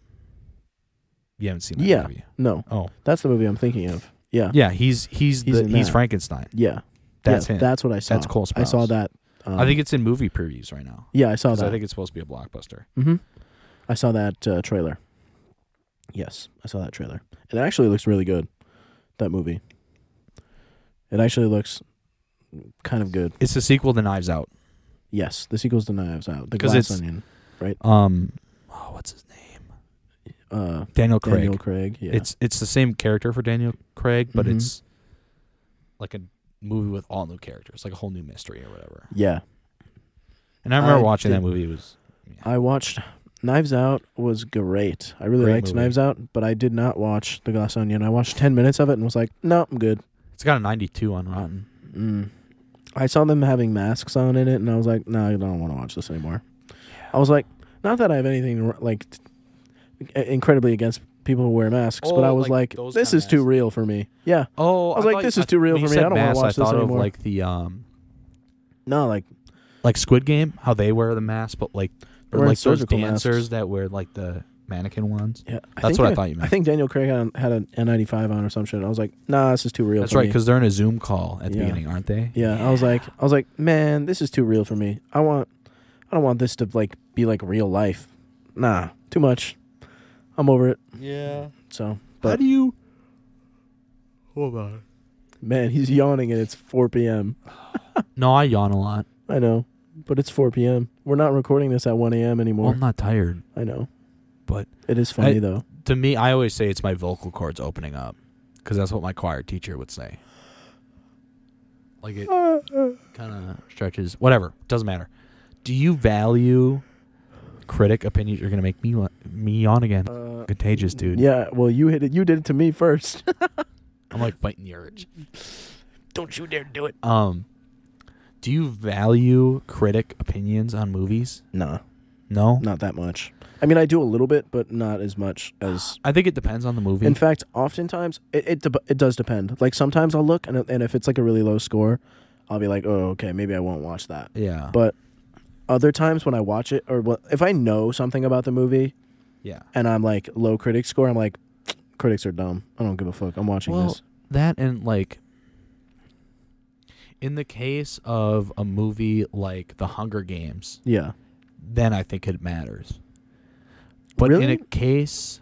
You haven't seen that Yeah. movie? No, Oh, that's the movie I'm thinking of. Yeah, yeah. He's he's He's the, in he's that. Frankenstein. yeah. That's yeah, him. That's what I saw. That's Cole I saw Sprouse. that. Um, I think it's in movie previews right now. yeah, I saw 'cause that. I think it's supposed to be a blockbuster. Mm-hmm. I saw that uh, trailer. Yes, I saw that trailer, and it actually looks really good. That movie. It actually looks kind of good. It's a sequel to Knives Out. Yes, the sequel's to Knives Out. The 'Cause Glass it's- Onion. Um, oh, what's his name? Uh, Daniel Craig. Daniel Craig. Yeah. It's it's the same character for Daniel Craig, but Mhm. it's like a movie with all new characters, like a whole new mystery or whatever. yeah. And I remember I watching that did- movie. It was I watched Knives Out was great. I really Great liked movie. Knives Out, but I did not watch The Glass Onion. I watched 10 minutes of it and was like, "No, I'm good." it's got a 92 on Rotten. Mm. I saw them having masks on in it and I was like, "No, I don't want to watch this anymore." I was like, not that I have anything r- like t- i- incredibly against people who wear masks, but Oh, I was like like, those this kinda is too masks. real for me. Yeah. Oh, I was like, thought- this is too real when you for me. said I don't wanna mask, watch I this thought of anymore. like the um No, like like Squid Game, how they wear the mask, but like or Wearing like those surgical masks. dancers that wear like the mannequin ones. yeah, I That's think what I Dan- thought you meant. I think Daniel Craig had, had an N95 on or some shit. I was like, nah, this is too real. That's for right, me. because they're in a Zoom call at the Yeah. beginning, aren't they? Yeah, I was like, I was like, man, this is too real for me. I want, I don't want this to like be like real life. Nah, too much. I'm over it. Yeah. So, How but do you? Hold on. man, he's yawning and it's 4 p.m. No, I yawn a lot. I know, but it's 4 p.m. We're not recording this at 1 a.m. Well, anymore. I'm not tired, I know. but It is funny I- though. to me, I always say it's my vocal cords opening up because that's what my choir teacher would say. Like it kind of stretches, whatever, doesn't matter. Do you value critic opinions? You're gonna make me la- me yawn again. (laughs) Uh, Contagious, dude. yeah. Well, you hit it. You did it to me first. (laughs) I'm like fighting the urge. don't you dare do it. Um, do you value critic opinions on movies? Nah, No, not that much. I mean, I do a little bit, but not as much as (sighs) I think it depends on the movie. In fact, oftentimes it it, dep it does depend. Like sometimes I'll look and and if it's like a really low score, I'll be like, oh okay, maybe I won't watch that. yeah, But other times when I watch it or what, if I know something about the movie yeah. and I'm like low critic score, I'm like, critics are dumb. I don't give a fuck. I'm watching Well, this. that and like in the case of a movie like The Hunger Games, Yeah, then I think it matters. But in Really? a case,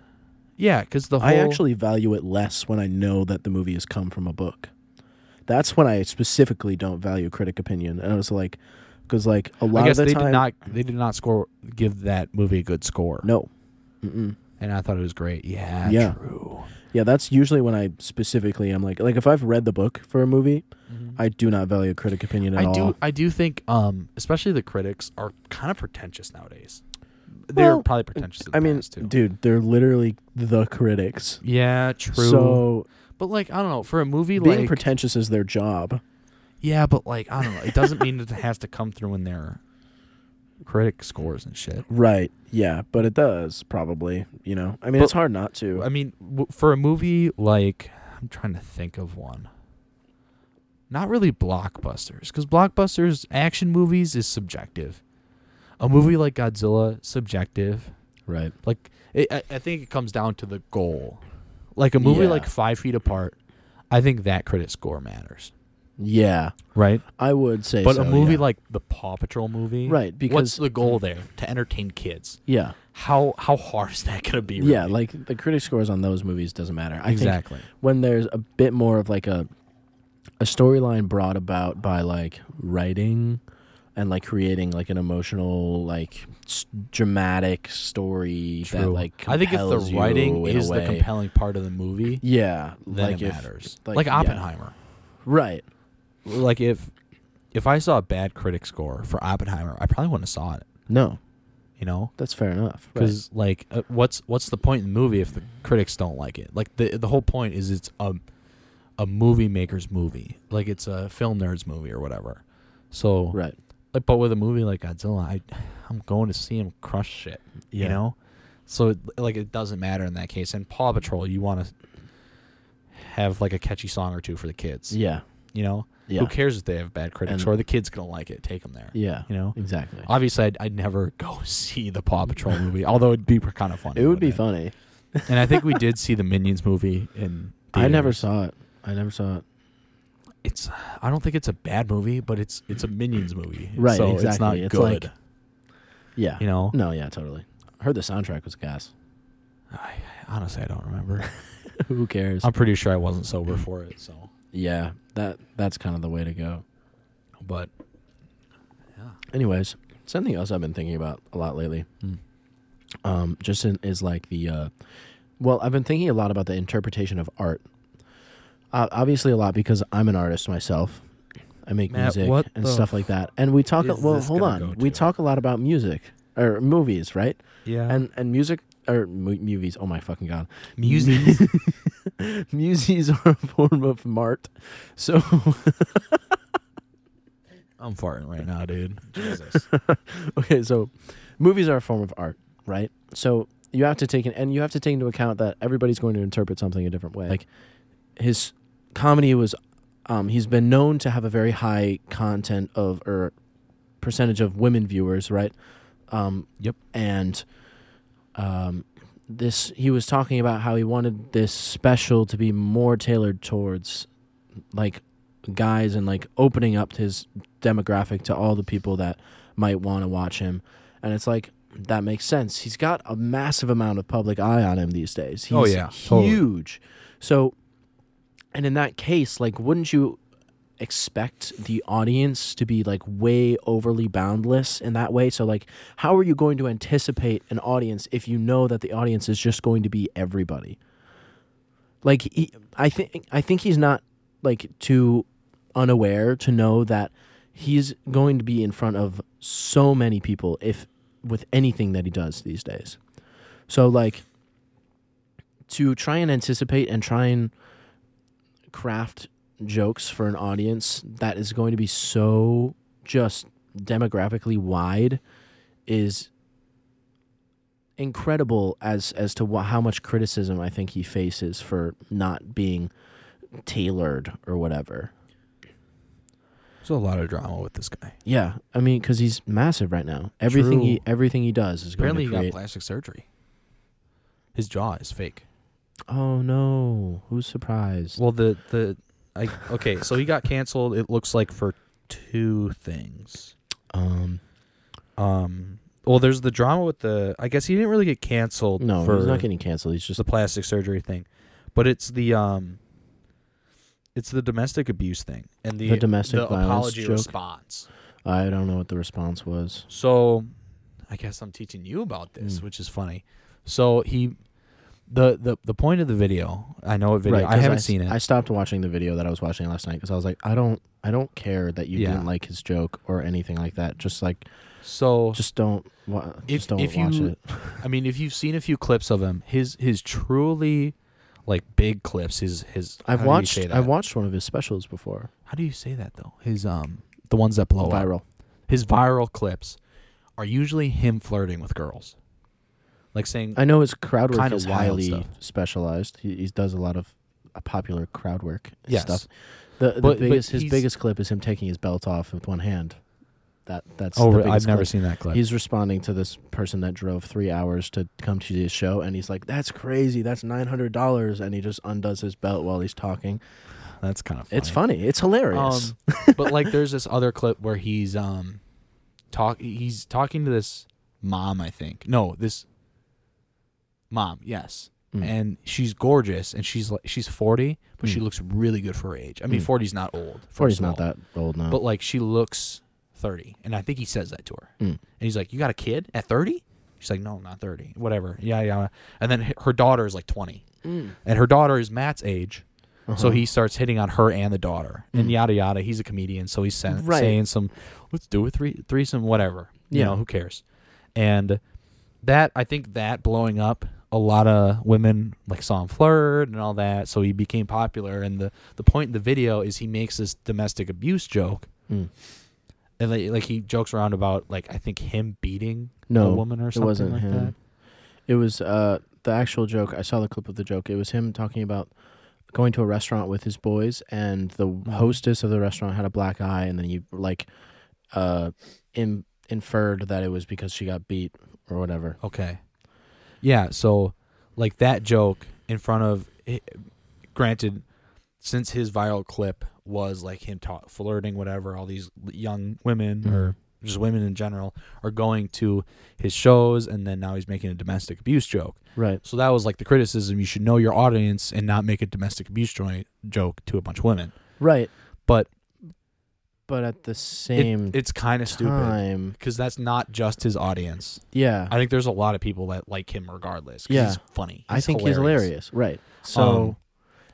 yeah, because the whole I actually value it less when I know that the movie has come from a book. That's when I specifically don't value critic opinion, and I was like, because like a lot I guess of the they time, did not they did not score give that movie a good score. no. Mm-mm. and I thought it was great. Yeah, Yeah. true. Yeah, that's usually when I specifically am like, like if I've read the book for a movie, Mm-hmm. I do not value critic opinion at I all. do I do think um especially the critics are kind of pretentious nowadays. They're Well, probably pretentious. In the I mean, past, too. dude, they're literally the critics. yeah, true. So but like I don't know for a movie being like pretentious is their job. Yeah, but like I don't know. It doesn't mean it has to come through in their critic scores and shit. Right. Yeah, but it does probably, you know. I mean, But- it's hard not to. I mean, w- for a movie like I'm trying to think of one. Not really blockbusters, because blockbusters, action movies is subjective. A movie like Godzilla, subjective. right. Like it, I, I think it comes down to the goal. Like a movie Yeah. like Five Feet Apart, I think that critic score matters, Yeah, right? I would say But so, a movie yeah. like the Paw Patrol movie, Right, what's because the goal there? To entertain kids. yeah. How how hard is that going to be? Yeah, really? like the critic scores on those movies doesn't matter. I think exactly. when there's a bit more of like a a storyline brought about by like writing and like creating like an emotional like s- dramatic story that like I think if the compels you writing in a is the way. compelling part of the movie, yeah then like it if- matters. Like, like, yeah. Oppenheimer. right Like if if I saw a bad critic score for Oppenheimer, I probably wouldn't have saw it. no You know, that's fair enough right. because like uh, what's what's the point in the movie if the critics don't like it? Like the the whole point is it's a a movie maker's movie. Like it's a film nerds movie or whatever. So right Like, but with a movie like Godzilla, I, I'm going to see him crush shit. You Yeah. know, So it, like it doesn't matter in that case. And Paw Patrol, you want to have like a catchy song or two for the kids. Yeah. You know, Yeah. who cares if they have bad critics And- or the kids gonna like it? Take them there. Yeah. You know, Exactly. obviously I'd, I'd never (laughs) go see the Paw Patrol movie, although it'd be kind of funny. it would be wouldn't funny. it? And I (laughs) think we did see the Minions movie in. I never theaters. saw it. I never saw it. It's. I don't think it's a bad movie, but it's it's a Minions movie, Right, So it's exactly. not It's good. like- Yeah. you know, No, yeah, totally. I heard the soundtrack (laughs) was gas. I, honestly, I don't remember. Who cares? I'm pretty sure I wasn't sober for it. So, yeah, that that's kind of the way to go. but Anyways, something else I've been thinking about a lot lately. Mm. Um, just in, is like the, uh, well, I've been thinking a lot about the interpretation of art. Uh, obviously, a lot because I'm an artist myself. I make Matt, music what and the stuff like that. And we talk. is Well, this hold gonna go on. We to? talk a lot about music or movies, right? yeah, And and music or mu- movies. Oh my fucking god. (laughs) (laughs) music. Musies are a form of mart. So I'm farting right now, dude. (laughs) Jesus. (laughs) okay, so movies are a form of art, right? So you have to take in, and you have to take into account that everybody's going to interpret something a different way. Like his comedy was, um, he's been known to have a very high content of or percentage of women viewers, right? Um, Yep. And um, this, he was talking about how he wanted this special to be more tailored towards like guys and like opening up his demographic to all the people that might want to watch him. And it's like that makes sense. He's got a massive amount of public eye on him these days. He's Oh, yeah, totally. huge. So, and in that case, like, wouldn't you expect the audience to be like way overly boundless in that way? So, like, how are you going to anticipate an audience if you know that the audience is just going to be everybody? Like, he, I think I think he's not like too unaware to know that he's going to be in front of so many people if with anything that he does these days. So like to try and anticipate and try and craft jokes for an audience that is going to be so just demographically wide is incredible as as to wha- how much criticism I think he faces for not being tailored or whatever. There's a lot of drama with this guy. Yeah, I mean, because he's massive right now. Everything he everything he does is going Apparently, he to create. got plastic surgery. His jaw is fake. oh no! Who's surprised? Well, the the I, okay, so he got canceled. It looks like for two things. Um, Um, well, there's the drama with the. I guess he didn't really get canceled. no, for he's not getting canceled. He's just the plastic surgery thing, but it's the um, it's the domestic abuse thing and the The domestic the violence apology joke? response. I don't know what the response was. So, I guess I'm teaching you about this, Mm. which is funny. So he, the the the point of the video. I know it video. I 'cause haven't s- seen it. I stopped watching the video that I was watching last night because I was like, I don't, I don't care that you Yeah. didn't like his joke or anything like that. Just like, so just don't, wa- If- just don't if watch you- (laughs) it. I mean, if you've seen a few clips of him, his his truly like big clips. His his. how I've do you watched, say that? I've watched one of his specials before. How do you say that though? His um the ones that blow up. viral. His viral clips are usually him flirting with girls, like saying I know his crowd work Kinda is wild highly stuff. specialized. He, he does a lot of uh, popular crowd work and yes. stuff. The, the But- but biggest his he's- biggest clip is him taking his belt off with one hand. That that's Oh, the re- biggest I've never clip. seen that clip. He's responding to this person that drove three hours to come to his show, and he's like, "That's crazy. That's nine hundred dollars." And he just undoes his belt while he's talking. That's kind of It's funny. It's hilarious. Um, but like, there's this other clip where he's um, talk. He's talking to this mom, I think. No, this mom. Yes, Mm. and she's gorgeous, and she's like, she's forty, but she Mm. looks really good for her age. I mean, Mm. forty's not old. first Forty's of not all. that old now. but like she looks 30 and i think he says that to her Mm. and he's like you got a kid at 30 she's like no i'm not 30 whatever yeah yeah and then h- her daughter is like 20 Mm. and her daughter is matt's age so Uh-huh. he starts hitting on her and the daughter and Mm. yada yada he's a comedian so he's sa- Right. saying some let's do a three threesome whatever you Yeah. know who cares and that i think that blowing up a lot of women like saw him flirt and all that so he became popular and the the point in the video is he makes this domestic abuse joke Mm. and like, like he jokes around about like I think him beating Uh-huh. No, a woman or it something wasn't like him. that. It was uh, the actual joke. I saw the clip of the joke. It was him talking about going to a restaurant with his boys, and the Mm-hmm. hostess of the restaurant had a black eye, and then you like uh, in, inferred that it was because she got beat or whatever. Okay. Yeah, so like that joke in front of i- granted since his viral clip was like him ta- flirting whatever all these l- young women Mm-hmm. or just women in general are going to his shows and then now he's making a domestic abuse joke. Right. So that was like the criticism you should know your audience and not make a domestic abuse jo- joke to a bunch of women. Right. But But at the it- same it's kind of stupid time, because that's not just his audience. yeah, I think there's a lot of people that like him regardless. 'cause Yeah. he's funny. I think he's hilarious. Right. So, Um,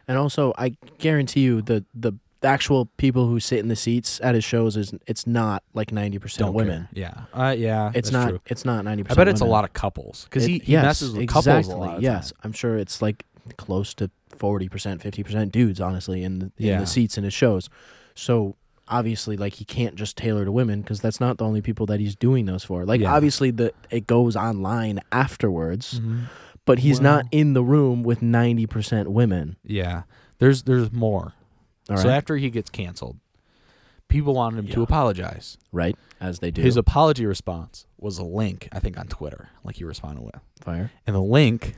and also, I guarantee you the the actual people who sit in the seats at his shows is it's not like ninety percent Don't care. women. Yeah, uh, yeah. It's that's not. True. It's not ninety I percent. bet it's a lot of couples because he, he messes with exactly, couples a lot. Of yes, time. I'm sure it's like close to forty percent, fifty percent dudes, honestly, in the, in Yeah. the seats in his shows. So obviously, like he can't just tailor to women because that's not the only people that he's doing those for. Like Yeah. obviously, the it goes online afterwards, Mm-hmm. but he's not Well- in the room with ninety percent women. Yeah, there's there's more. All right, So after he gets canceled, people wanted him to Yeah. apologize. right, as they do. His apology response was a link, I think, on Twitter, like he responded with, fire. (laughs) and the link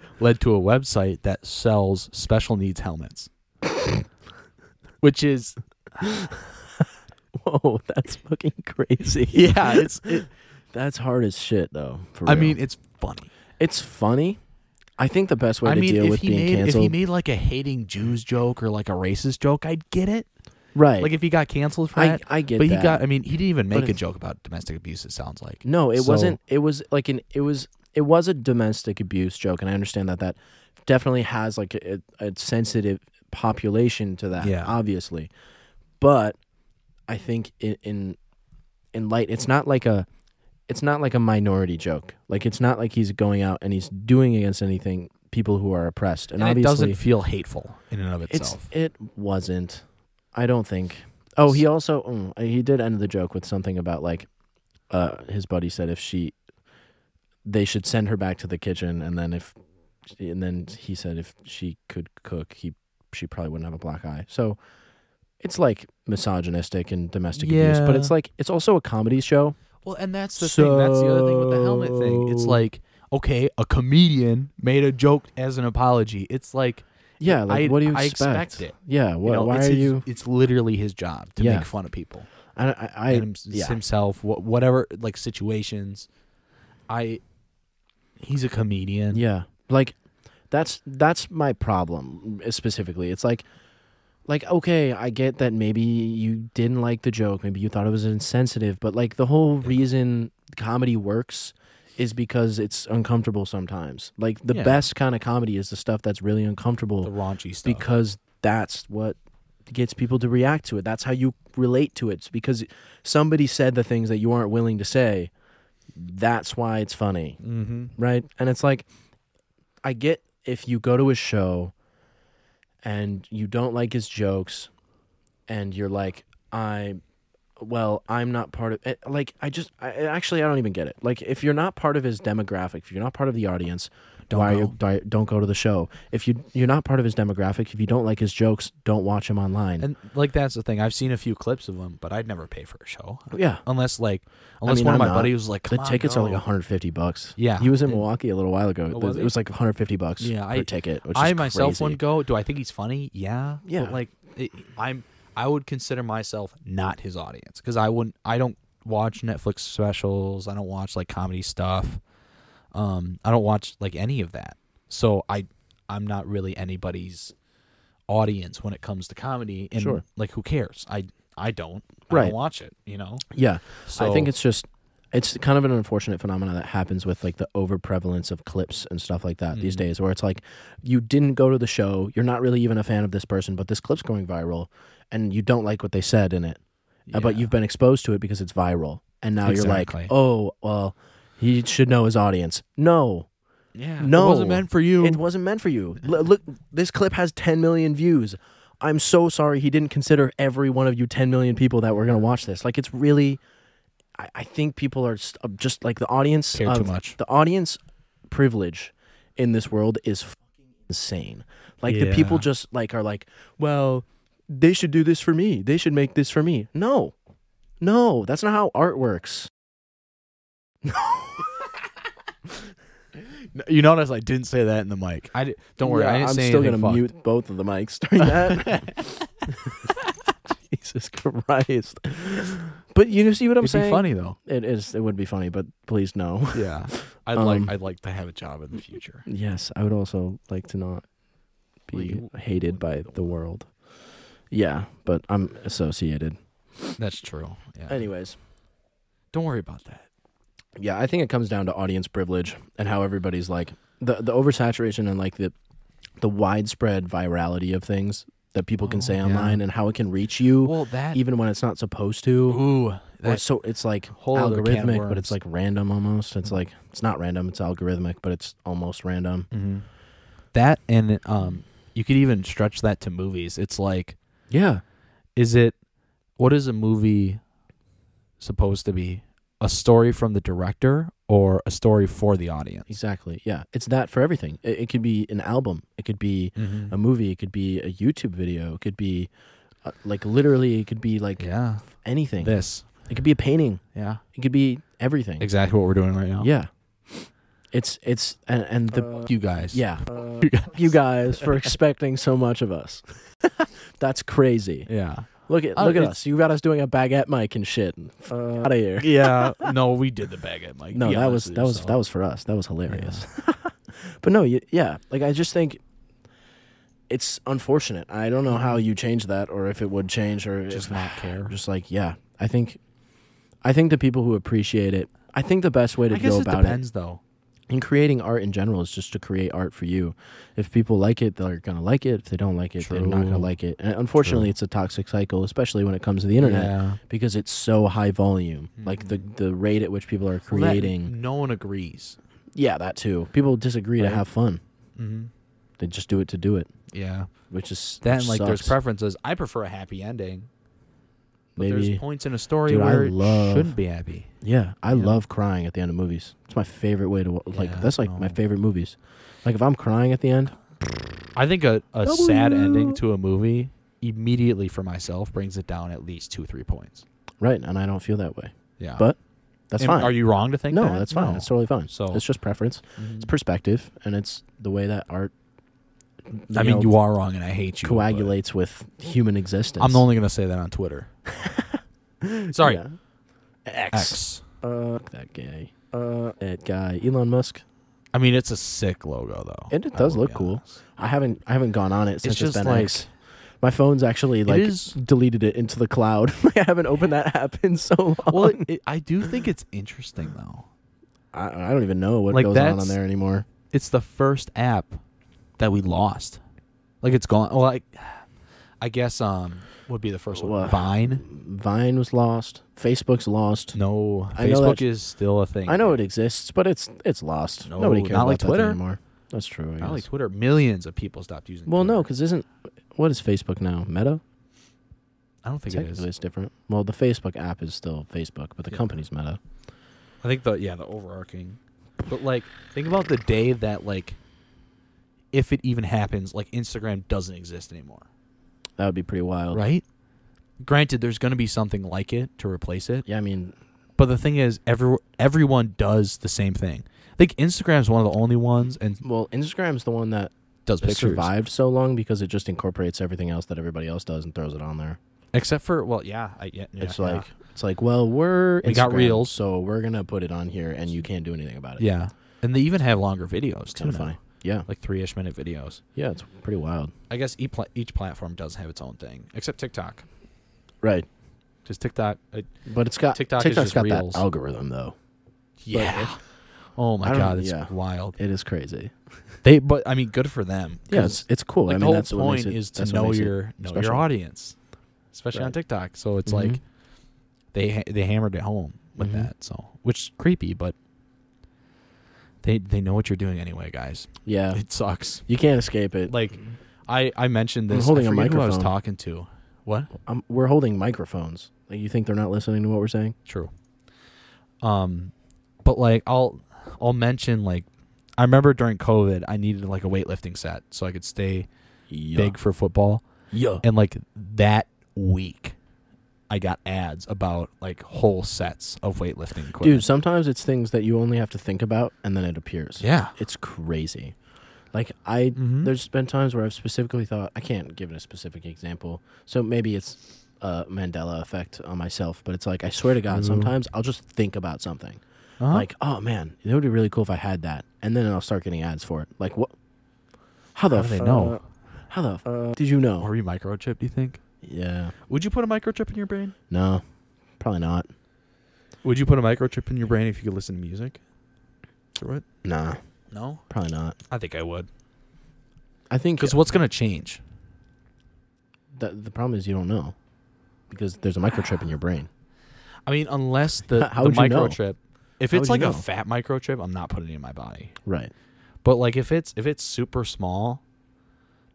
(laughs) led to a website that sells special needs (laughs) helmets, which is Whoa, that's fucking crazy. (laughs) yeah, it's. It, that's hard as shit, though. For I real. mean, it's funny. it's funny. I think the best way I to mean, deal if with he being made canceled, if he made like a hating Jews joke or like a racist joke, I'd get it. right? Like if he got canceled for I, that. I get But he that. got. I mean, he didn't even make a if- joke about domestic abuse. It sounds like. No, it So- wasn't. It was like an. It was. It was a domestic abuse joke, and I understand that that definitely has like a, a sensitive population to that. Yeah. obviously, but I think in, in in light, it's not like a. It's not like a minority joke. Like it's not like he's going out and he's doing against anything people who are oppressed. And, And it obviously, doesn't feel hateful in and of it's itself. it wasn't. I don't think. Oh, he also mm, he did end the joke with something about like uh, his buddy said if she they should send her back to the kitchen and then if and then he said if she could cook he she probably wouldn't have a black eye. So it's like misogynistic and domestic abuse, but Yeah. it's like it's also a comedy show. well, and that's the thing. That's the other thing with the helmet thing. It's So- like okay, a comedian made a joke as an apology. It's like Yeah, like I- what do you I expect? expect it. Yeah, you wha- know, why it's are his- you? It's literally his job to Yeah. make fun of people. I, I, I and him- yeah. himself, wha- whatever like situations. I. He's a comedian. Yeah. Like that's that's my problem uh, specifically. It's like like okay, I get that maybe you didn't like the joke, maybe you thought it was insensitive, but like the whole reason comedy works is because it's uncomfortable sometimes. Like the Yeah. best kind of comedy is the stuff that's really uncomfortable The raunchy stuff. because that's what gets people to react to it. That's how you relate to it. It's because somebody said the things that you aren't willing to say. That's why it's funny mm-hmm. right? And it's like, I get if you go to a show and you don't like his jokes, and you're like, I, well, I'm not part of it. Like, I just, I, eh, actually, I don't even get it. Like, if you're not part of his demographic, if you're not part of the audience, Don't why are go. you, di- don't go to the show. If you you're not part of his demographic, if you don't like his jokes, don't watch him online. And like that's the thing. I've seen a few clips of him, but I'd never pay for a show yeah, unless like unless mean, one of I'm my not. buddies was like, the "Come on, tickets are like go." 150 bucks. Yeah. he was in And- Milwaukee a little while ago. Oh, was it he? was like 150 bucks Yeah, per I- ticket. Which I is myself crazy. would go. Do I think he's funny? Yeah, Yeah. But like it, I'm, I would consider myself not his audience because I wouldn't. I don't watch Netflix specials. I don't watch like comedy stuff. Um, I don't watch like any of that. So I, I'm not really anybody's audience when it comes to comedy. And Sure. like, who cares? I, I don't. I Right. don't watch it. You know. Yeah. So I think it's just it's kind of an unfortunate phenomenon that happens with like the overprevalence of clips and stuff like that these Mhm. days where it's like you didn't go to the show, you're not really even a fan of this person, but this clip's going viral and you don't like what they said in it. uh, But yeah. you've been exposed to it because it's viral. And now Exactly. you're like, "Oh, well, he should know his audience." No. Yeah. No. It wasn't meant for you. It wasn't meant for you. L- look, this clip has 10 million views. I'm so sorry he didn't consider every one of you 10 million people that were going to watch this. Like, it's really, I, I think people are st- uh, just like the audience. Care too of- much. The audience privilege in this world is fucking insane. Like the people Yeah. just like are like, well, they should do this for me. They should make this for me. No, no, that's not how art works. (laughs) You notice I didn't say that in the mic. I di- don't worry. Yeah, I didn't I'm say still anything gonna fucked. mute both of the mics during that. (laughs) (laughs) Jesus Christ! But you see what I'm It'd be saying? funny though. (laughs) It is. It would be funny, but please no. (laughs) Yeah, I'd Um, like I'd like to have a job in the (laughs) future. Yes, I would also like to not be Well, you- hated by the world. Yeah, but I'm associated. That's true. Yeah. Anyways, Don't worry about that. yeah, I think it comes down to audience privilege and how everybody's like the the oversaturation and like the the widespread virality of things that people can Oh, say yeah. online and how it can reach you Well, that even when it's not supposed to. ooh Or that so it's like whole other can of algorithmic, but it's worms. like random almost. It's like it's not random, it's algorithmic, but it's almost random. mhm. that and um you could even stretch that to movies. It's like Yeah. is it what is a movie supposed to be? A story from the director or a story for the audience? Exactly. Yeah. It's that for everything. It, it could be an album. It could be Mm-hmm. a movie. It could be a YouTube video. It could be uh, like literally, it could be like Yeah. anything. This. It could be a painting. Yeah. It could be everything. Exactly what we're doing right now. Yeah. It's, it's, and, and the, Fuck You guys. yeah. You guys. Uh, You guys for expecting so much of us. (laughs) That's crazy. (laughs) Yeah. Look at Uh, look at it's- Uh, us. You got us doing a baguette mic and shit. out of here. yeah. No, we did the bag at Mike. No, that was that was that was for us. That was hilarious. (laughs) (laughs) but no, you, yeah, like I just think it's unfortunate. I don't know how you change that or if it would change or if- Just not care. Just like yeah, I think I think the people who appreciate it. I think the best way to I guess go it about it depends though. in creating art in general is just to create art for you. If people like it, they're gonna like it. If they don't like it, they're not gonna True. like it. And unfortunately, it's a toxic cycle, especially when it comes to the internet Yeah. because it's so high volume. Like the the rate at which people are Well, that- creating. no one agrees. Yeah, that too. People disagree to Right. have fun. Mm-hmm. They just do it to do it, Yeah. which is Then which like there's sucks. preferences. I prefer a happy ending. But maybe there's points in a story Dude, I where love- it shouldn't be happy. yeah. I Yeah. love crying at the end of movies. It's my favorite way to wa- like. Yeah, that's like my no. favorite movies. Like if I'm crying at the end, I think a, a sad W. ending to a movie immediately for myself brings it down at least two, three points. right, and I don't feel that way. Yeah. But That's And fine. Are you wrong to think no, that? that's fine. That's totally fine. So- it's just preference. It's Mhm. perspective, and it's the way that art. I mean, know, you are wrong, and I hate you. but coagulates with human existence. I'm only gonna say that on (laughs) Twitter. Sorry, Yeah. X. X. Uh, fuck that guy. Uh, that guy, Elon Musk. I mean, it's a sick logo though. And it I does will look be cool. honest. I haven't I haven't gone on it since it's just been like- X. My phone's actually like is- deleted it into the cloud. (laughs) Like, I haven't opened that app in so long. Well, it, it, I do think (laughs) it's interesting though. I, I don't even know what Like, goes on on that's- there anymore. it's the first app that we lost. Like it's gone. Well, I, I guess um would be the first one. Well, Vine. Vine was lost. Facebook's lost. No, I know Facebook that- is still a thing. I know it exists, but it's it's lost. No, Nobody cares not about like that thing Twitter. anymore. That's true. I Not like guess. Twitter. Millions of people stopped using. well, no, Twitter. because isn't what is Facebook now? Meta. I don't think it is. Technically, it's different. Well, the Facebook app is still Facebook, but the Yeah. company's Meta. I think the yeah the overarching, but like think about the day that like, if it even happens, like Instagram doesn't exist anymore, That would be pretty wild, right? Granted, there's going to be something like it to replace it, Yeah, I mean, But the thing is, every everyone does the same thing. I think Instagram's one of the only ones and well, Instagram's the one that does It pictures, survived so long because it just incorporates everything else that everybody else does and throws it on there. except for well, yeah, I, yeah, yeah, it's yeah. like it's like, well, we're We got Instagram, Reels. so we're gonna put it on here, and you can't do anything about it. yeah, and they even have longer videos it's too, kind of now, funny. Yeah, like three-ish minute videos. yeah, it's pretty wild. I guess each pla- each platform does have its own thing, except TikTok, Right, because TikTok, uh, but it's got TikTok TikTok is TikTok's just got Reels. that algorithm though. yeah. Oh I my don't- god, it's yeah. wild. It is crazy. They, but I mean, good for them. Yeah, 'cause, it's it's cool. like I the mean, whole that's what makes point it, is to that's what know makes it- your know your special. audience, especially on Right. TikTok. So it's Mhm. like they ha- they hammered it home with Mhm. that. So which is creepy, but they they know what you're doing anyway, guys. yeah, It sucks. you can't escape it. Like Like I I mentioned I'm this. holding I a forget Who I was microphone. talking to. What? I'm, Um, we're holding microphones. Like you think they're not listening to what we're saying? True. Um, but like I'll I'll mention like I remember during COVID, I needed like a weightlifting set so I could stay Yeah. big for football. Yeah. And like that week, I got ads about like whole sets of weightlifting equipment. Dude, sometimes it's things that you only have to think about and then it appears. yeah. It's crazy. Like I Mhm. there's been times where I've specifically thought I can't give it a specific example. So maybe it's a Mandela effect on myself, but it's like I swear to God, Ooh. sometimes I'll just think about something. Uh-huh. Like, oh man, it would be really cool if I had that. And then I'll start getting ads for it. Like what how the how do they f- know? Uh, how the f- did you know? Are you microchip? Do you think? yeah. Would you put a microchip in your brain? No. Probably not. Would you put a microchip in your brain if you could listen to music? Through it? Nah. No, Probably not. I think I would. I think Because what's gonna change? The, the problem is you don't know because there's a microchip in your brain. I mean, unless the, How the would you know? microchip, if How it's would like you a know? fat microchip, I'm not putting it in my body. Right. But like, if it's if it's super small,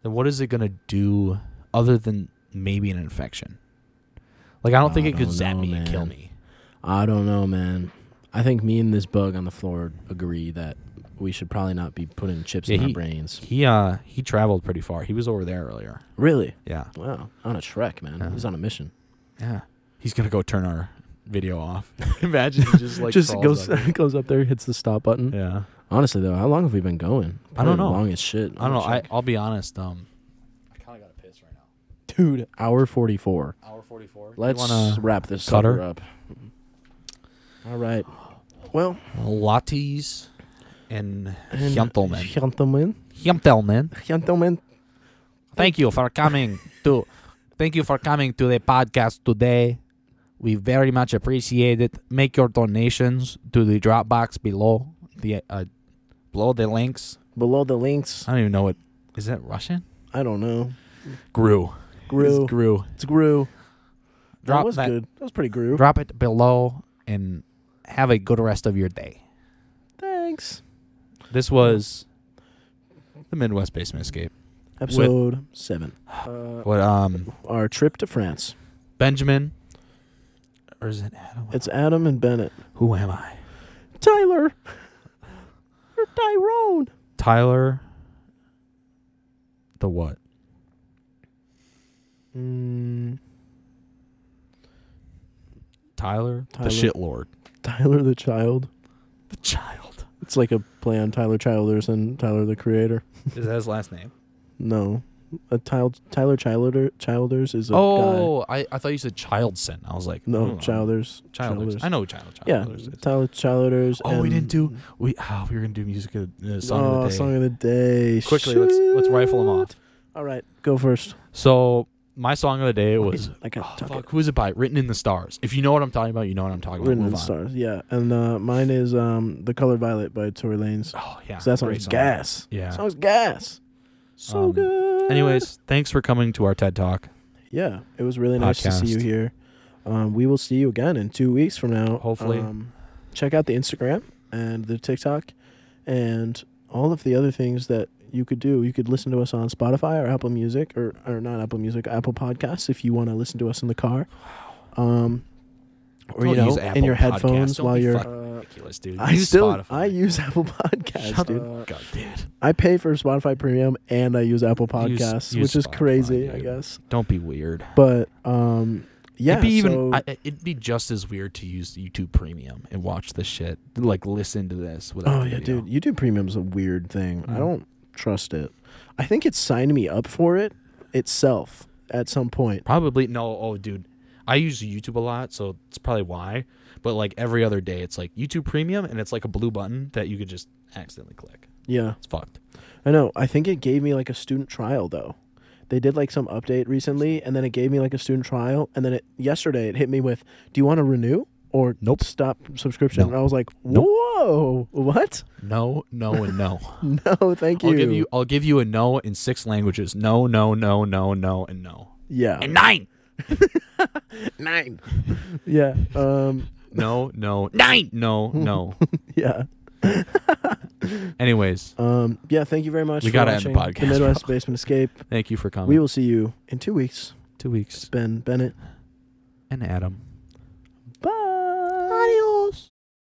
then what is it gonna do other than maybe an infection? Like, I don't I think it could don't zap know, me and kill man. me. I don't know, man. I think me and this bug on the floor agree that we should probably not be putting chips Yeah, in our he- brains. He uh he traveled pretty far. He was over there earlier. Really? Yeah, Wow. On a Shrek, man. Yeah. He's on a mission. yeah. He's gonna go turn our video off. (laughs) Imagine he (laughs) just like crawls up. goes up there, hits the stop (laughs) button. Yeah. Honestly, though, how long have we been going? I don't Probably know. Long as shit. I don't know. I, Check. I'll be honest. Um, I kind of got a piss right now. dude, hour forty-four. Hour forty-four. Let's wrap this cut her? sucker up. All right. Well, lattes and and- gentlemen. gentlemen, Gentlemen, gentlemen. thank you for coming to. Thank you for coming to the podcast today. We very much appreciate it. Make your donations to the Dropbox below the uh, below the links. Below the links. I don't even know what is that Russian. I don't know. Grew. Grew. It's grew. It's grew. Drop that was that- good. That was pretty grew. Drop it below and have a good rest of your day. Thanks. This was the Midwest Basement Escape. Episode seven. (sighs) Uh, What um Our trip to France. Benjamin or is it Adam? It's Adam and Bennett. Who am I? Tyler. (laughs) You're Tyrone. Tyler the what? Mm, Tyler, Tyler. the shitlord. Tyler the child. The child. It's like a play on Tyler Childers and Tyler the creator. (laughs) Is that his last name? No. A Tyler Tyler Childer, Childers is a guy. oh, I, I thought you said Childson. I was like, No, hmm, Childers. Childers. I know who Child Yeah, Childers is. Tyler Childers. Oh, we and- didn't do we oh, we were gonna do music of, uh, song oh, of the day. song of the day. Quickly, let's let's rifle them off. Shoot. All right, go first. So my song of the day was I got Oh, tuck fuck, it. who is it by? Written in the Stars. If you know what I'm talking about, you know what I'm talking about. Written in Move the on. stars. Yeah, and uh, mine is um, "The Color Violet" by Tory Lanez. Oh, yeah. So that great song's song. gas. Yeah. Song's gas. So Um, good. Anyways, thanks for coming to our TED Talk. yeah, it was really nice to see you podcast. here. Um, we will see you again in two weeks from now. Hopefully. um, check out the Instagram and the TikTok, and all of the other things that you could do. You could listen to us on Spotify or Apple Music, or or not Apple Music, Apple Podcasts, if you want to listen to us in the car. Um, or you Don't know, use in Apple your Podcasts. headphones Don't while be you're. Uh, fucking ridiculous, dude. I use still Spotify. I use Apple Podcasts, Shut dude. up, God, dude. I pay for Spotify Premium and I use Apple Use- Podcasts, use which is Spotify, crazy, I dude. guess. Don't be weird. But um, yeah, it'd be even. so- I, it'd be just as weird to use YouTube Premium and watch this shit. Like listen to this without. oh the yeah, video. dude, YouTube Premium's a weird thing. I Mhm. don't trust it. I think it signed me up for it itself at some point. Probably no. Oh, dude, I use YouTube a lot, so it's probably why. But like every other day, it's like YouTube Premium, and it's like a blue button that you could just accidentally click. Yeah, It's fucked. I know. I think it gave me like a student trial though. They did like some update recently, and then it gave me like a student trial, and then it yesterday it hit me with, "Do you want to renew or Nope. stop subscription?" No. And I was like, Nope. "Whoa, what? (laughs) No, no, and (laughs) no. No, thank you." I'll give you. I'll give you a no in six languages. No, no, no, no, no, and no. yeah, And nine. nine. yeah, um, No, no, nine. No, no. yeah. Anyways, Um, yeah, thank you very much. We for gotta end the watching podcast, The Midwest Basement Escape. thank you for coming. We will see you in two weeks. Two It's weeks Ben Bennett. and Adam. Bye.